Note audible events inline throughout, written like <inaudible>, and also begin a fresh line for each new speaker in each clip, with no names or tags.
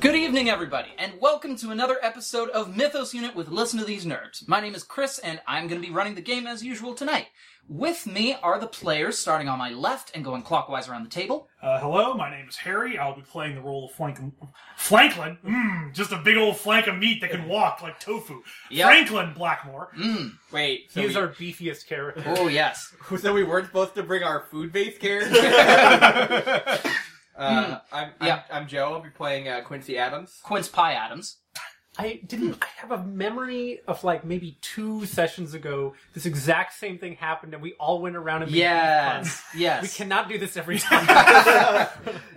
Good evening, everybody, and welcome to another episode of Mythos Unit with Listen to These Nerds. My name is Chris, and I'm going to be running the game as usual tonight. With me are the players, starting on my left and going clockwise around the table.
Uh, hello, my name is Harry. I'll be playing the role of Flank- Franklin. Mmm, just a big old flank of meat that can walk like tofu.
Yep.
Franklin Blackmore.
Mm, wait.
He was
we-
our beefiest character.
Oh, yes.
<laughs> So we weren't supposed to bring our food-based <laughs> characters. uh, I'm, I'm,
Yeah.
I'm Joe. I'll be playing uh, Quincy Adams.
Quince Pie Adams.
I didn't. I have a memory of like maybe two sessions ago. This exact same thing happened, and we all went around and made beef
Yes.
puns.
Yes.
We cannot do
<laughs>
this every time.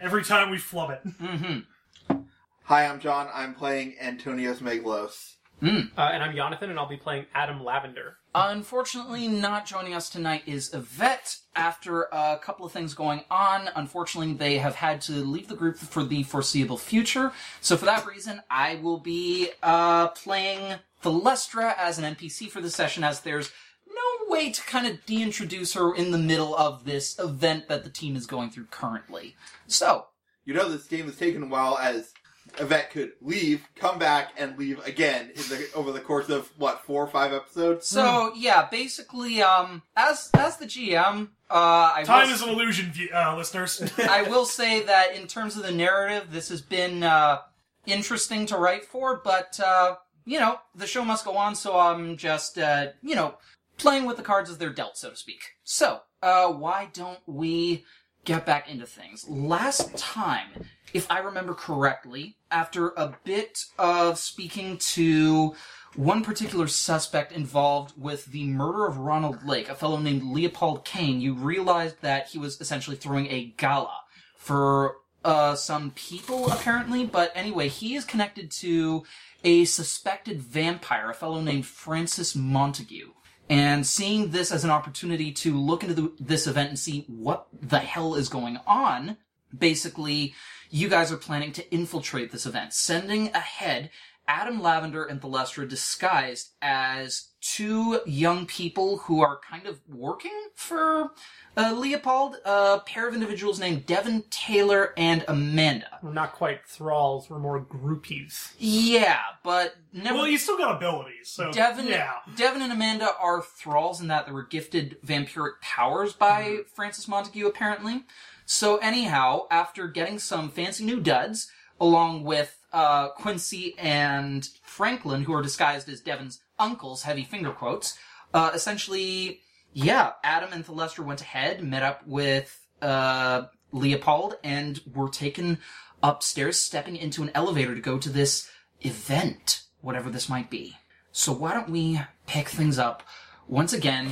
Every time we flub it.
Mm-hmm.
Hi, I'm John. I'm playing Antonios Meglos.
uh, and I'm Jonathan, and I'll be playing Adam Lavender.
Unfortunately, not joining us tonight is Yvette. After a couple of things going on, unfortunately, they have had to leave the group for the foreseeable future. So, for that reason, I will be uh, playing Thelestra as an NPC for this session, as there's no way to kind of de-introduce her in the middle of this event that the team is going through currently. So,
You know this game has taken a while as Yvette could leave, come back, and leave again in the, over the course of, what, four or five episodes?
so
Hmm.
yeah, basically, um, as as the GM, uh, I
Time
will-
is an illusion, view- uh, listeners. <laughs>
I will say that in terms of the narrative, this has been uh, interesting to write for, but uh, you know the show must go on, so I'm just uh, you know playing with the cards as they're dealt, so to speak. So uh, why don't we get back into things? Last time, if I remember correctly, after a bit of speaking to one particular suspect involved with the murder of Ronald Lake, a fellow named Leopold Kane, you realized that he was essentially throwing a gala for uh, some people, apparently. But anyway, he is connected to a suspected vampire, a fellow named Francis Montague. And seeing this as an opportunity to look into the, this event and see what the hell is going on, basically, you guys are planning to infiltrate this event, sending ahead Adam Lavender and Thelestra disguised as two young people who are kind of working for uh, Leopold, a pair of individuals named Devin Taylor and Amanda.
We're not quite thralls. We're more groupies.
Yeah, but never.
well, you still got abilities, so
Devin,
yeah.
Devin and Amanda are thralls in that they were gifted vampiric powers by
Mm-hmm.
Francis Montague, apparently. So, anyhow, after getting some fancy new duds, along with uh, Quincy and Franklin, who are disguised as Devin's uncles, heavy finger quotes, uh, essentially, yeah, Adam and Thelester went ahead, met up with uh, Leopold, and were taken upstairs, stepping into an elevator to go to this event, whatever this might be. So why don't we pick things up once again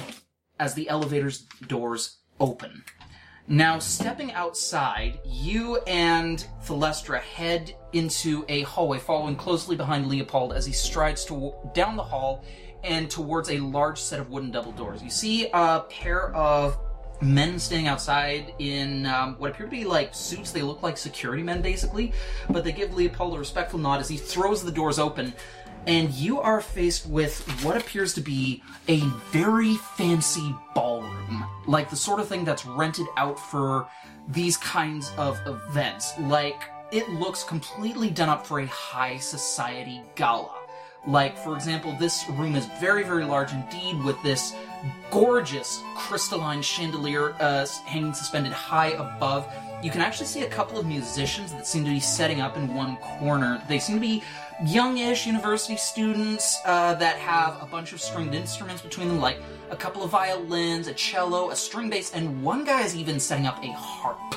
as the elevator's doors open. Now, stepping outside, you and Thelestra head into a hallway, following closely behind Leopold as he strides to, down the hall and towards a large set of wooden double doors. You see a pair of men standing outside in um, what appear to be like suits. They look like security men, basically, but they give Leopold a respectful nod as he throws the doors open. And you are faced with what appears to be a very fancy ballroom, like the sort of thing that's rented out for these kinds of events. Like, it looks completely done up for a high society gala. Like, for example, this room is very, very large indeed, with this gorgeous crystalline chandelier uh, s- hanging suspended high above. You can actually see a couple of musicians that seem to be setting up in one corner. They seem to be youngish university students uh, that have a bunch of stringed instruments between them, like a couple of violins, a cello, a string bass, and one guy is even setting up a harp.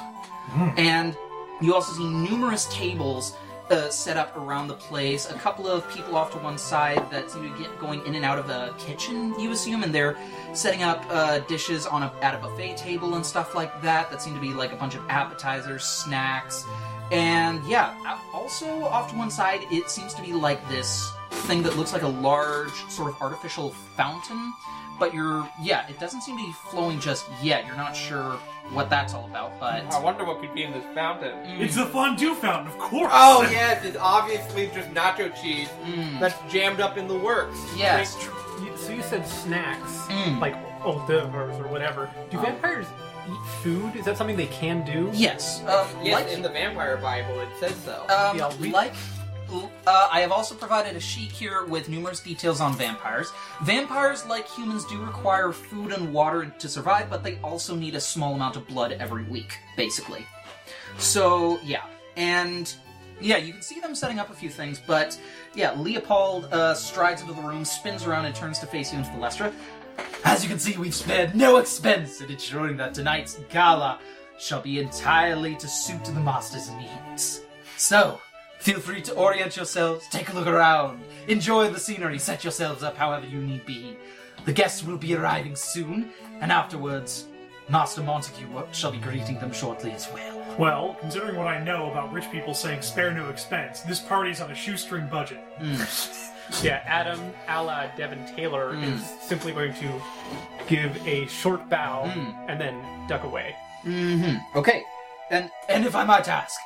And you also see numerous tables uh, set up around the place. A couple of people off to one side that seem to get going in and out of a kitchen, you assume, and they're setting up uh, dishes on a, at a buffet table and stuff like that. That seem to be like a bunch of appetizers, snacks, and yeah. a- Also off to one side, it seems to be like this thing that looks like a large sort of artificial fountain. But you're, yeah, it doesn't seem to be flowing just yet. You're not sure what that's all about, but
I wonder what could be in this fountain.
It's the fondue fountain, of course.
Oh yes, it's obviously just nacho cheese
Mm.
that's jammed up in the works.
Yes.
Like, tr- you- so you said snacks,
Mm.
like hors d'oeuvres or whatever. Do vampires eat food? Is that something they can do?
Yes. Um,
Yes,
like
in the Vampire Bible it says so.
Um,
Yeah, we-
like, uh, I have also provided a sheet here with numerous details on vampires. Vampires, like humans, do require food and water to survive, but they also need a small amount of blood every week, basically. So, yeah. And, yeah, you can see them setting up a few things, but, yeah, Leopold uh, strides into the room, spins around, and turns to face you into the Lestra. As you can see, we've spared no expense in ensuring that tonight's gala shall be entirely to suit the master's needs. So, feel free to orient yourselves, take a look around, enjoy the scenery, set yourselves up however you need be. The guests will be arriving soon, and afterwards, Master Montague wa- shall be greeting them shortly as well.
Well, considering what I know about rich people saying spare no expense, this party's on a shoestring budget.
Mm.
Yeah, Adam, a la Devin Taylor,
Mm.
is simply going to give a short bow
Mm.
and then duck away.
Okay. And and if I might ask,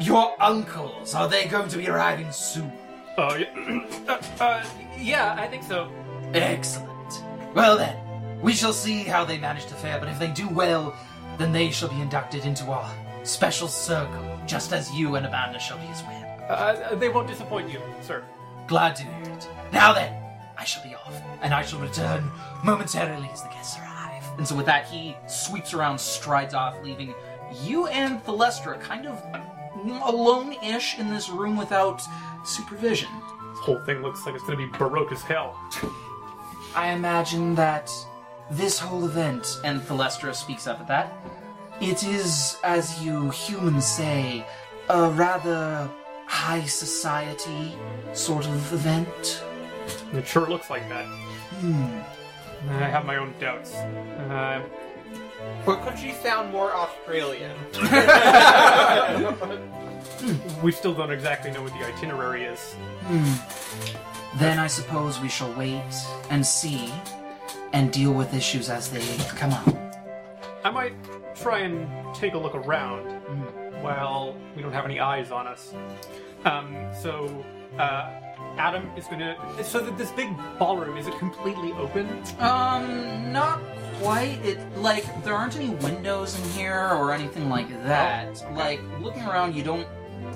your uncles are they going to be arriving soon?
Oh, yeah. <clears throat> uh, uh, yeah, I think so.
Excellent. Well then, we shall see how they manage to fare, but if they do well, then they shall be inducted into our special circle, just as you and Amanda shall be as well.
Uh, they won't disappoint you, sir.
Glad to hear it. Now then, I shall be off, and I shall return momentarily as the guests arrive. And so with that, he sweeps around, strides off, leaving you and Thalestra kind of alone-ish in this room without supervision.
This whole thing looks like it's going to be baroque as hell.
I imagine that this whole event, and Thalestra speaks up at that, it is, as you humans say, a rather high society sort of event.
And It sure looks like that. Hmm. I have my own doubts. Uh,
but could she sound more Australian?
we still don't exactly know what the itinerary is.
Then I suppose we shall wait and see and deal with issues as they come up.
I might try and take a look around while we don't have any eyes on us. Um, so, uh, Adam is gonna. So, that this big ballroom is it completely open?
Um, not quite. It like there aren't any windows in here or anything like that. Like looking around, you don't.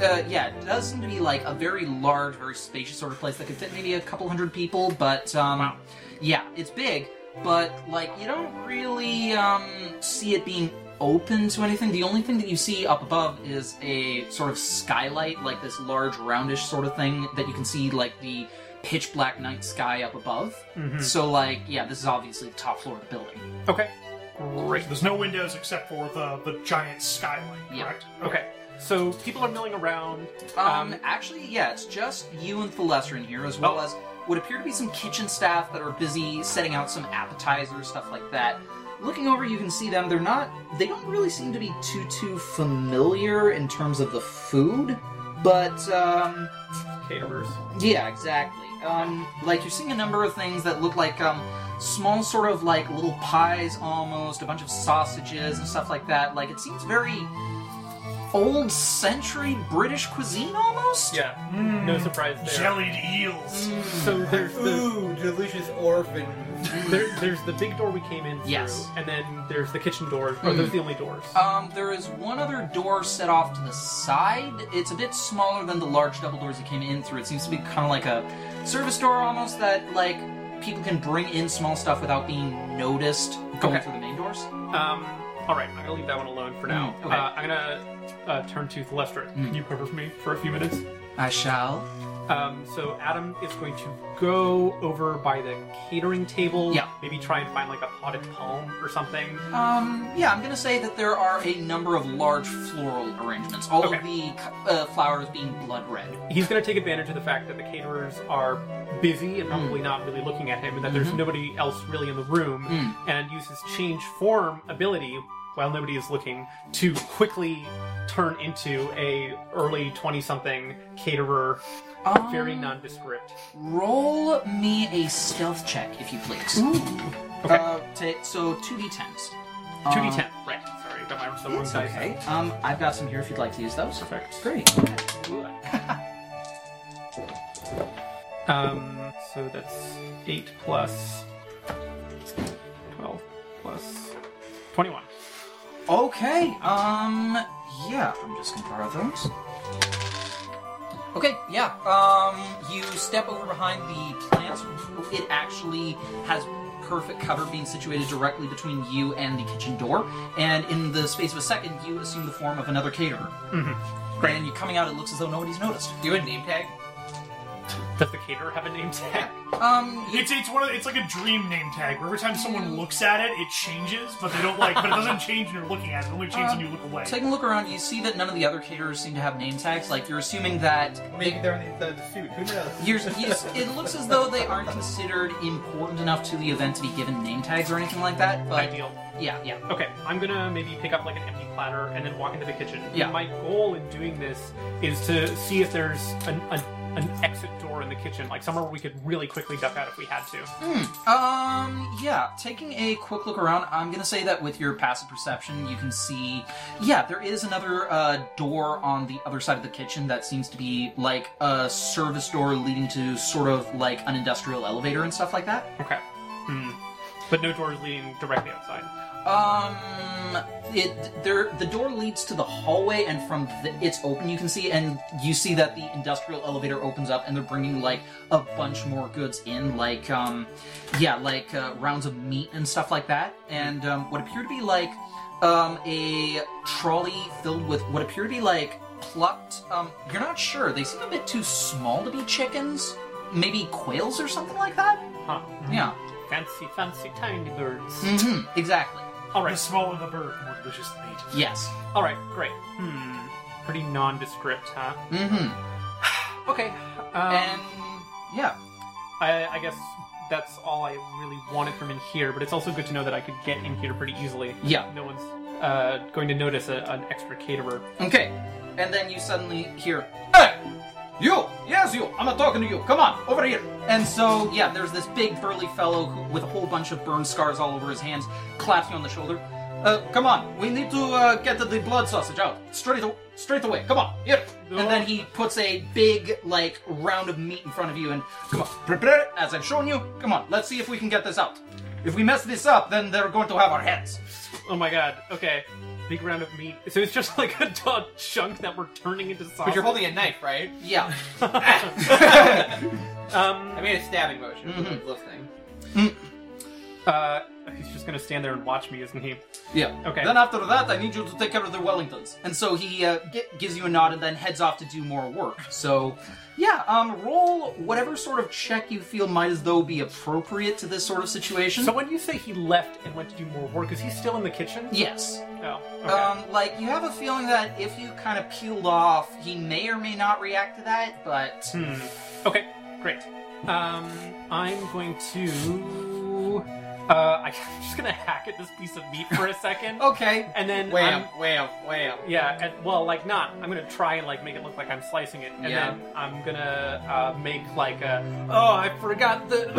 Uh, yeah, it does seem to be like a very large, very spacious sort of place that could fit maybe a couple hundred people. But um, yeah, it's big. But like you don't really um see it being open to anything. The only thing that you see up above is a sort of skylight, like this large roundish sort of thing that you can see like the pitch black night sky up above.
Mm-hmm.
So like, yeah, this is obviously the top floor of the building.
Okay.
Great. There's no windows except for the, the giant skylight,
Yeah.
correct?
Okay. So people are milling around.
Um, actually, yeah, it's just you and Thalesser in here, as well
Oh.
as what appear to be some kitchen staff that are busy setting out some appetizers, stuff like that. Looking over, you can see them. They're not. They don't really seem to be too too familiar in terms of the food, but um,
Caterers.
Yeah, exactly. Um, like you're seeing a number of things that look like um, small, sort of like little pies, almost a bunch of sausages and stuff like that. Like it seems very old century British cuisine, almost.
Yeah. No surprise there.
Mm. Jellied eels.
So there's the,
Ooh, delicious orphans.
there, there's the big door we came in through,
Yes. Mm.
and then there's the kitchen doors. Or those are the only doors.
Um, there is one other door set off to the side. It's a bit smaller than the large double doors you came in through. It seems to be kind of like a service door almost that like people can bring in small stuff without being noticed going
Okay.
through the main doors.
Um, all right, I'm gonna leave that one alone for now.
Mm, okay. Mm.
uh, I'm gonna uh, turn to Thalestra. Can you cover for me for a few minutes?
I shall.
Um, so Adam is going to go over by the catering table.
Yeah.
Maybe try and find like a potted palm or something.
Um, yeah, I'm gonna say that there are a number of large floral arrangements. All
Okay.
of the uh, flowers being blood red.
He's gonna take advantage of the fact that the caterers are busy
Hmm.
and probably not really looking at him, and that
Mm-hmm.
there's nobody else really in the room,
Hmm.
and use his change form ability while nobody is looking to quickly turn into a early 20-something caterer
Um,
very nondescript
Roll me a stealth check, if you please.
Okay.
Uh, ta- so two d10s.
2d10. Right. Sorry, got my the wrong
It's
dice.
uh, okay. Um, I've got some here if you'd like to use those.
Perfect.
Great.
Um, so that's 8 plus 12 plus 21.
Okay. Um. Yeah. I'm just gonna borrow those. Okay. Yeah. Um. You step over behind the plant. It actually has perfect cover being situated directly between you and the kitchen door and in the space of a second you assume the form of another caterer and you coming out it looks as though nobody's noticed
Do Mm-hmm. you have a name tag?
Does the caterer have a name tag?
um
It's it's one of it's like a dream name tag where every time someone looks at it, it changes, but they don't like, but it doesn't change when you're looking at it. It only changes when you look away.
Taking a look around, you see that none of the other caterers seem to have name tags. Like you're assuming that
Maybe they're on the inside of the suit. Who knows?
you're, you s- it looks as though they aren't considered important enough to the event to be given name tags or anything like that. But
Ideal.
yeah, yeah,
Okay, I'm gonna maybe pick up like an empty platter and then walk into the kitchen.
Yeah.
My goal in doing this is to see if there's an, an, an exit door in the kitchen, like somewhere where we could really quickly duck out if we had to.
um, yeah. Taking a quick look around, I'm gonna say that with your passive perception, you can see, yeah, there is another uh, door on the other side of the kitchen that seems to be like a service door leading to sort of like an industrial elevator and stuff like that.
Okay. Hmm. But no doors leading directly outside.
Um, it there the door leads to the hallway, and from the, it's open. You can see, and you see that the industrial elevator opens up, and they're bringing like a bunch more goods in, like um, yeah, like uh, rounds of meat and stuff like that, and um, what appear to be like um a trolley filled with what appear to be like plucked. Um, you're not sure. They seem a bit too small to be chickens, maybe quails or something like that.
Huh. Hmm.
Yeah.
Fancy, fancy, tiny birds.
hmm Exactly.
All
The
right.
smaller the bird, the more delicious the meat.
Yes.
All right. Great. Hmm. Pretty nondescript, huh?
Mm-hmm.
Okay. Um,
And yeah.
I, I guess that's all I really wanted from in here. But it's also good to know that I could get in here pretty easily.
Yeah.
No one's uh, going to notice a, an extra caterer.
Okay. And then you suddenly hear, "Hey, you! Yes, you! I'm not talking to you. Come on, over here." And so, yeah, there's this big burly fellow who, with a whole bunch of burn scars all over his hands, claps you on the shoulder. Uh, come on, we need to uh, get the blood sausage out straight, aw- straight away. Come on, here. And then he puts a big, like, round of meat in front of you, and come on, prepare it as I've shown you. Come on, let's see if we can get this out. If we mess this up, then they're going to have our heads.
Oh my god. Okay. Big round of meat. So it's just <laughs> like a dog chunk that we're turning into sausage.
But you're
<laughs>
holding a knife, right?
Yeah.
I
<laughs> um,
made a stabbing motion. for
Mhm.
those Listening.
uh, he's just gonna stand there and watch me, isn't he?
Yeah.
Okay.
Then after that, I need you to take care of the Wellingtons. And so he uh, gi- gives you a nod and then heads off to do more work. So, yeah, um, roll whatever sort of check you feel might as though be appropriate to this sort of situation.
So when you say he left and went to do more work, is he still in the kitchen?
yes.
Oh. Okay.
Um, like, you have a feeling that if you kind of peeled off, he may or may not react to that, but.
Hmm. Okay. Great. Um, I'm going to. Uh, <laughs> I'm just gonna hack at this piece of meat for a
<laughs>
second,
Okay.
and then
Oh. Wham,
I'm-
wham, wham.
Yeah, and, well, like not. I'm gonna try and like make it look like I'm slicing it, and
Yeah.
then I'm gonna uh, make like a oh I forgot the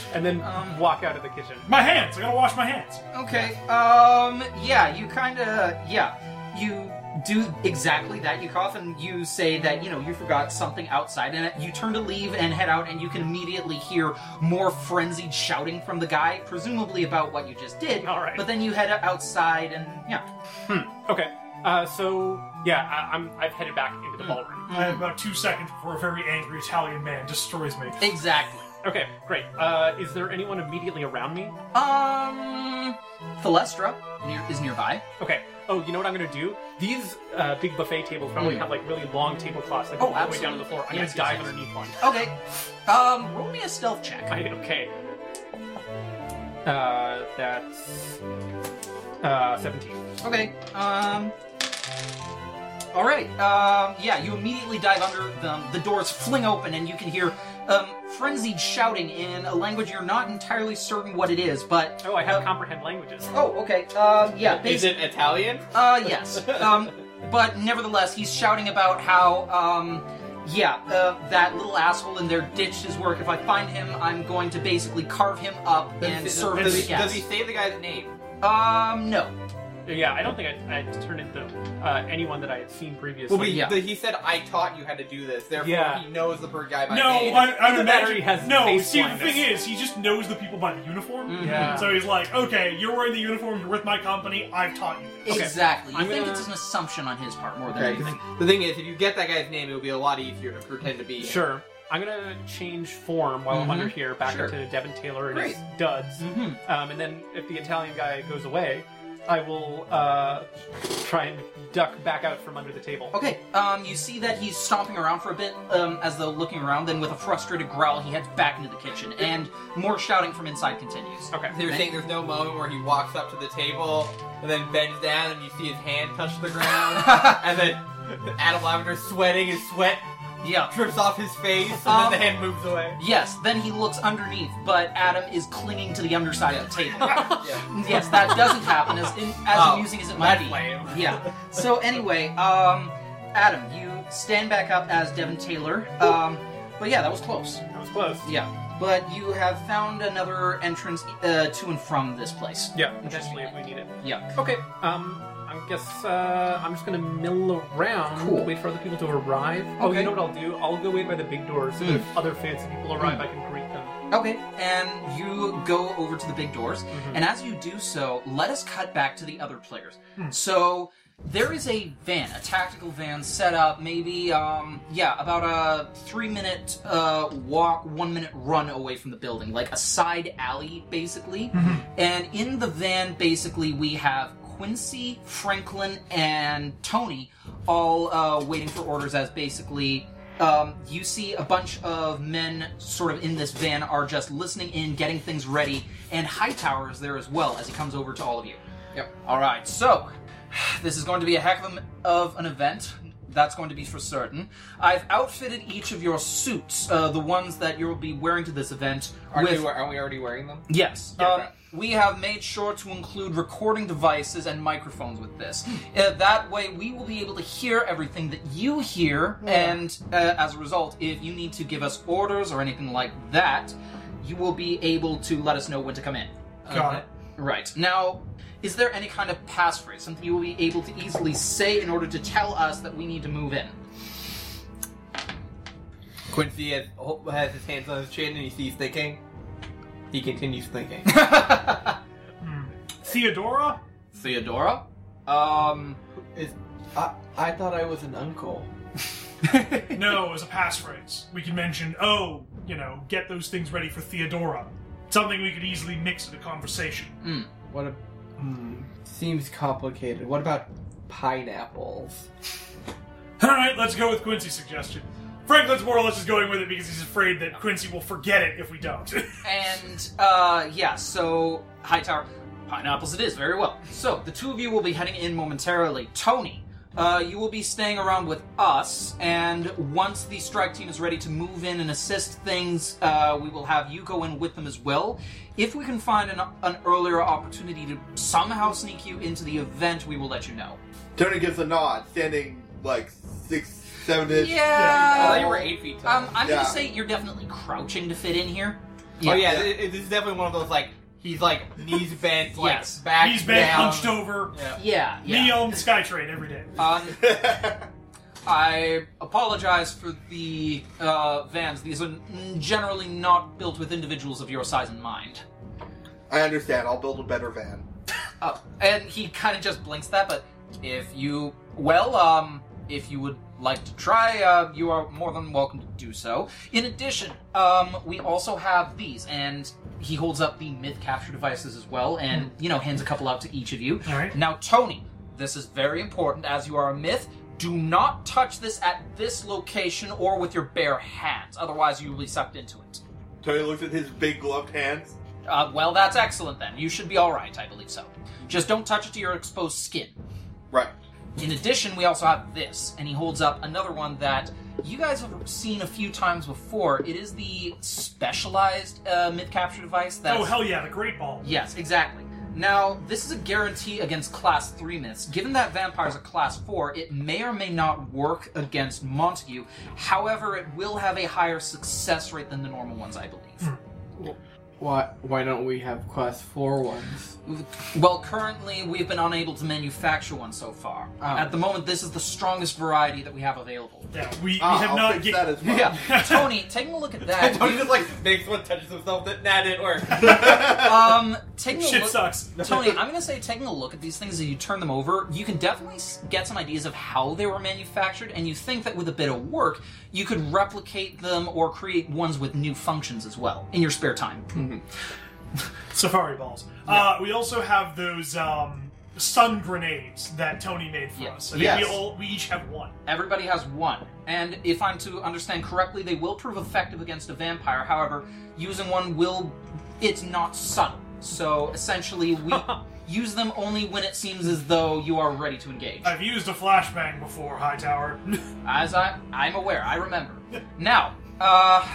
<laughs> and then
Um.
walk out of the kitchen.
My hands. I gotta wash my hands.
Okay. Um. Yeah. You kind of. Yeah. You do exactly that. You cough and you say that you know you forgot something outside, and you turn to leave and head out, and you can immediately hear more frenzied shouting from the guy, presumably about what you just did.
All right.
But then you head outside, and yeah.
Okay, uh, so yeah, I, I'm I've headed back into the ballroom.
I have about two seconds before a very angry Italian man destroys me.
Exactly.
Okay, great. Uh, is there anyone immediately around me?
Um. Thalestra near, is nearby.
Okay. Oh, you know what I'm gonna do? These uh, big buffet tables probably
Mm.
have like really long tablecloths that go
Oh,
all the way down to the
absolutely.
floor. I'm
Yes, yes,
gonna dive
yes.
underneath one.
Okay. Um. Roll me a stealth check.
I, okay. Uh, that's uh, 17.
Okay. Um. All right. Um. Yeah. You immediately dive under them. The doors fling open, and you can hear um, frenzied shouting in a language you're not entirely certain what it is. But
Oh, I have
Uh,
comprehend languages.
oh, okay. Um. Yeah.
Is
Basic.
it Italian?
Uh. Yes. Um. But nevertheless, he's shouting about how um. Yeah, uh, that little asshole in there ditched his work. If I find him, I'm going to basically carve him up and
Does-
serve
does,
him
he, does he
guest.
say the guy's name?
Um, no.
Yeah, I don't think I, I turned it to uh, anyone that I had seen previously.
Well, we,
Yeah.
the, he said, "I taught you how to do this." Therefore,
Yeah.
he knows the bird guy by
No,
name.
I, I would
The battery
imagine
has
no.
face
See, the
blindness.
thing is, he just knows the people by the uniform.
Mhm.
Yeah.
So he's like, okay, you're wearing the uniform. You're with my company. I've taught you this.
Exactly. You
I'm
think
gonna-
it's an assumption on his part more than
Okay, 'cause
anything.
the thing is, if you get that guy's name, it'll be a lot easier to pretend to be. him.
Sure. I'm gonna change form while I'm
Mhm.
under here back
Sure.
into Devin Taylor and his
Great.
duds.
hmm
Um, and then if the Italian guy goes away, I will uh, try and duck back out from under the table.
Okay. Um, you see that he's stomping around for a bit, um, as though looking around. Then, with a frustrated growl, he heads back into the kitchen, and more shouting from inside continues.
Okay.
They were saying there's no moment where he walks up to the table and then bends down and you see his hand touch the ground, and then Adam Lavender sweating, his sweat
Yeah.
drips off his face, and
Um,
then the hand moves away.
Yes. Then he looks underneath, but Adam is clinging to the underside of the table.
Yeah.
yes, that doesn't happen as in, as
Oh,
amusing as it might be.
lame.
Yeah. So anyway, um, Adam, you stand back up as Devin Taylor. Um, but yeah, that was close.
That was close.
Yeah. But you have found another entrance uh, to and from this place.
Yeah, potentially if we need it.
Yeah.
Okay. Um, I guess uh, I'm just gonna mill around,
Cool.
wait for other people to arrive. Oh,
Okay.
you know what I'll do? I'll go wait by the big door so that
Mm.
if other fancy people arrive,
Mm.
I can greet them.
Okay. And you go over to the big doors, and as you do so, let us cut back to the other players. So there is a van, a tactical van set up, maybe um, yeah, about a three-minute uh, walk, one-minute run away from the building, like a side alley, basically. And in the van, basically, we have Quincy, Franklin, and Tony all uh, waiting for orders as basically. Um, you see a bunch of men sort of in this van are just listening in, getting things ready, and Hightower is there as well as he comes over to all of you.
Yep.
All right, so this is going to be a heck of, a, of an event. That's going to be for certain. I've outfitted each of your suits, uh, the ones that you'll be wearing to this event,
Aren't,
with
we, aren't we already wearing them?
Yes.
Yeah,
um,
right.
We have made sure to include recording devices and microphones with this. Uh, that way, we will be able to hear everything that you hear, and uh, as a result, if you need to give us orders or anything like that, you will be able to let us know when to come in.
Got it.
Right. Now, is there any kind of passphrase, something you will be able to easily say in order to tell us that we need to move
<laughs>
in?
Quincy has, has his hands on his chin and he sees thinking. He continues thinking.
Theodora.
Theodora? <laughs>
um, is I, I thought I was an uncle.
No, it was a passphrase. We could mention, oh, you know, get those things ready for Theodora. Something we could easily mix in a conversation.
What a. Hmm, seems complicated. What about pineapples?
All right, let's go with Quincy's suggestion. Franklin's more or less is going with it because he's afraid that Quincy will forget it if we don't.
And uh, yeah, so Hightower, pineapples it is very well. So the two of you will be heading in momentarily. Tony, uh, you will be staying around with us, and once the strike team is ready to move in and assist things, uh, we will have you go in with them as well. If we can find an, an earlier opportunity to somehow sneak you into the event, we will let you know.
Tony gives a nod, standing like six, seven
Yeah,
inch.
I
Yeah.
thought you were eight feet tall.
Uh, um, I'm
Yeah.
gonna say you're definitely crouching to fit in here.
Oh yeah, th- th- this is definitely one of those like he's like knees <laughs> bent, like
Yes.
back
<laughs> he's been
down.
hunched
<laughs>
over.
Yeah.
yeah,
Me
yeah.
on the SkyTrain every day.
uh,
Um, I apologize for the uh, vans. These are n- generally not built with individuals of your size and mind.
<laughs> I understand. I'll build a better van.
Uh, and he kind of just blinks that, but if you, well, um, if you would like to try, uh, you are more than welcome to do so. In addition, um, we also have these, and he holds up the myth capture devices as well, and, you know, hands a couple out to each of you.
All right.
Now, Tony, this is very important as you are a myth. Do not touch this at this location or with your bare hands, otherwise, you will be sucked into it.
Tony looks at his big gloved hands.
Uh, well, that's excellent then. You should be alright, I believe so. Just don't touch it to your exposed skin.
Right.
In addition, we also have this, and he holds up another one that you guys have seen a few times before. It is the specialized uh, myth capture device that's
Oh hell yeah, the Great Ball.
Yes, exactly. Now, this is a guarantee against class 3 myths. Given that vampires are class 4, it may or may not work against Montague. However, it will have a higher success rate than the normal ones, I believe.
Why why don't we have class four ones?
Well, currently we've been unable to manufacture one so far.
Oh.
At the moment, this is the strongest variety that we have available.
Yeah, we,
Ah,
we have
I'll
not
fix
get.
that as well.
Yeah, Tony, taking a look at that.
Tony just like makes one touches himself. That nah, didn't <laughs> work.
um, taking a
<laughs> Shit
look,
sucks.
Tony, I'm gonna say taking a look at these things and you turn them over, you can definitely s- get some ideas of how they were manufactured, and you think that with a bit of work, you could replicate them or create ones with new functions as well in your spare time.
<laughs> Safari balls. Uh, we also have those um, sun grenades that Tony made for
Yeah.
us. I think
Yes.
we all we each have one.
Everybody has one, and if I'm to understand correctly, they will prove effective against a vampire. However, using one will. It's not subtle. So essentially, we use them only when it seems as though you are ready to engage.
I've used a flashbang before, Hightower. <laughs>
As I, I'm aware, I remember. Now, uh,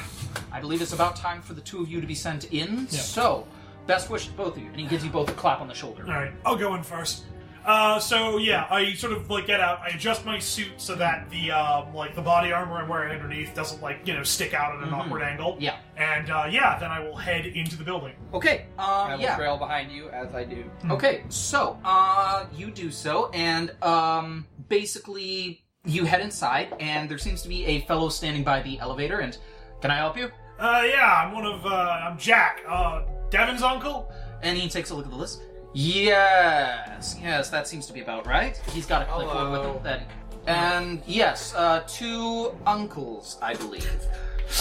I believe it's about time for the two of you to be sent in. So, best wishes, both of you. And he gives you both a clap on the shoulder.
All right, I'll go in first. Uh, so yeah, I sort of like get out. I adjust my suit so that the um, like the body armor I'm wearing underneath doesn't like you know stick out at an awkward angle.
Yeah.
And uh, yeah, then I will head into the building.
Okay.
I
Um,
will
yeah.
trail behind you as I do.
Okay. So, uh, you do so, and um, basically you head inside, and there seems to be a fellow standing by the elevator. And can I help you?
Uh, yeah, I'm one of uh, I'm Jack, uh, Devin's uncle.
And he takes a look at the list. Yes, yes, that seems to be about right. He's got a clipboard with
Hello.
him then. And yes, uh, two uncles, I believe.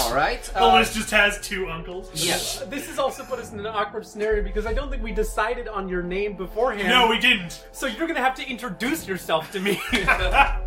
All right.
The
Uh,
list just has two uncles.
yes.
Uh, This is also put us in an awkward scenario because I don't think we decided on your name beforehand.
No, we didn't.
so you're gonna have to introduce yourself
<laughs>
to me. Oh,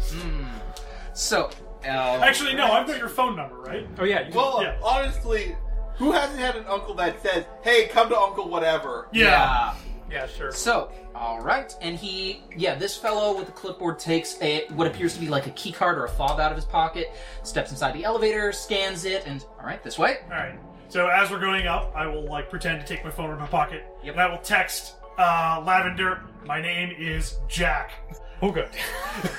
So, uh,
Actually, no, I've got your phone number, right?
oh yeah. You,
Well,
Yeah.
honestly, who hasn't had an uncle that says, "Hey, come to Uncle whatever"?
Yeah.
yeah. Sure.
So, all right, and he, yeah, this fellow with the clipboard takes a what appears to be like a key card or a fob out of his pocket, steps inside the elevator, scans it, and all right, this way.
All right. So as we're going up, I will like pretend to take my phone out of my pocket,
Yep.
and I will text uh, Lavender. My name is Jack. Oh, good.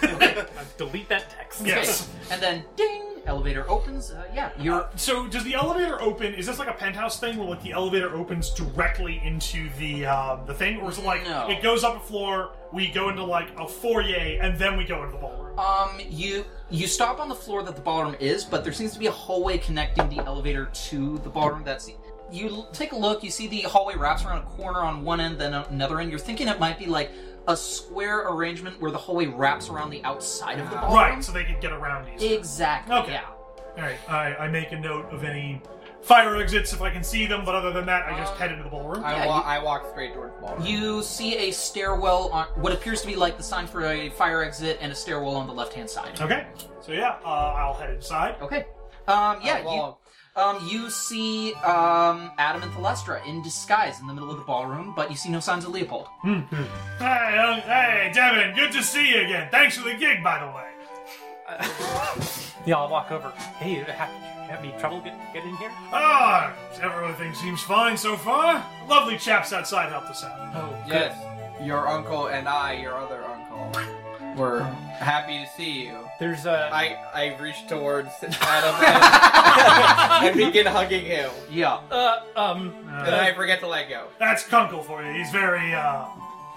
Uh, Delete that text.
Yeah.
Okay.
Yes.
And then, ding, elevator opens. Uh, yeah, you're
So does the elevator open? Is this like a penthouse thing where like the elevator opens directly into the um, the thing, or is it like
No.
it goes up a floor? We go into like a foyer, and then we go into the ballroom.
Um, you you stop on the floor that the ballroom is, but there seems to be a hallway connecting the elevator to the ballroom. That's you l- take a look. You see the hallway wraps around a corner on one end, then another end. You're thinking it might be like a square arrangement where the hallway wraps around the outside of the ballroom.
Right, so they could get around easily.
Exactly.
Okay.
Yeah.
All right, I, I make a note of any fire exits if I can see them, but other than that, I
Uh,
just head into the ballroom.
I,
Yeah,
wa-
you-
I walk straight towards the ballroom.
You see a stairwell on what appears to be like the sign for a fire exit and a stairwell on the left hand side.
okay. So yeah, uh, I'll head inside.
Okay. Um, yeah,
well,
you, um, you see um, Adam and Thalestra in disguise in the middle of the ballroom, but you see no signs of Leopold.
Hmm,
Hey, um, hey, Devin, good to see you again. Thanks for the gig, by the way.
Yeah. I'll walk over. Hey, have, have any trouble get, getting in here?
Ah, everything seems fine so far. Lovely chaps outside helped us out. Uh,
Oh.
Yes, your uncle and I, your other uncle, were happy to see you.
There's a.
I I reach <laughs> towards Adam and, <laughs> and begin hugging him,
Yeah.
uh, um.
Uh,
and I forget to let go.
That's Kunkel for you. He's very uh,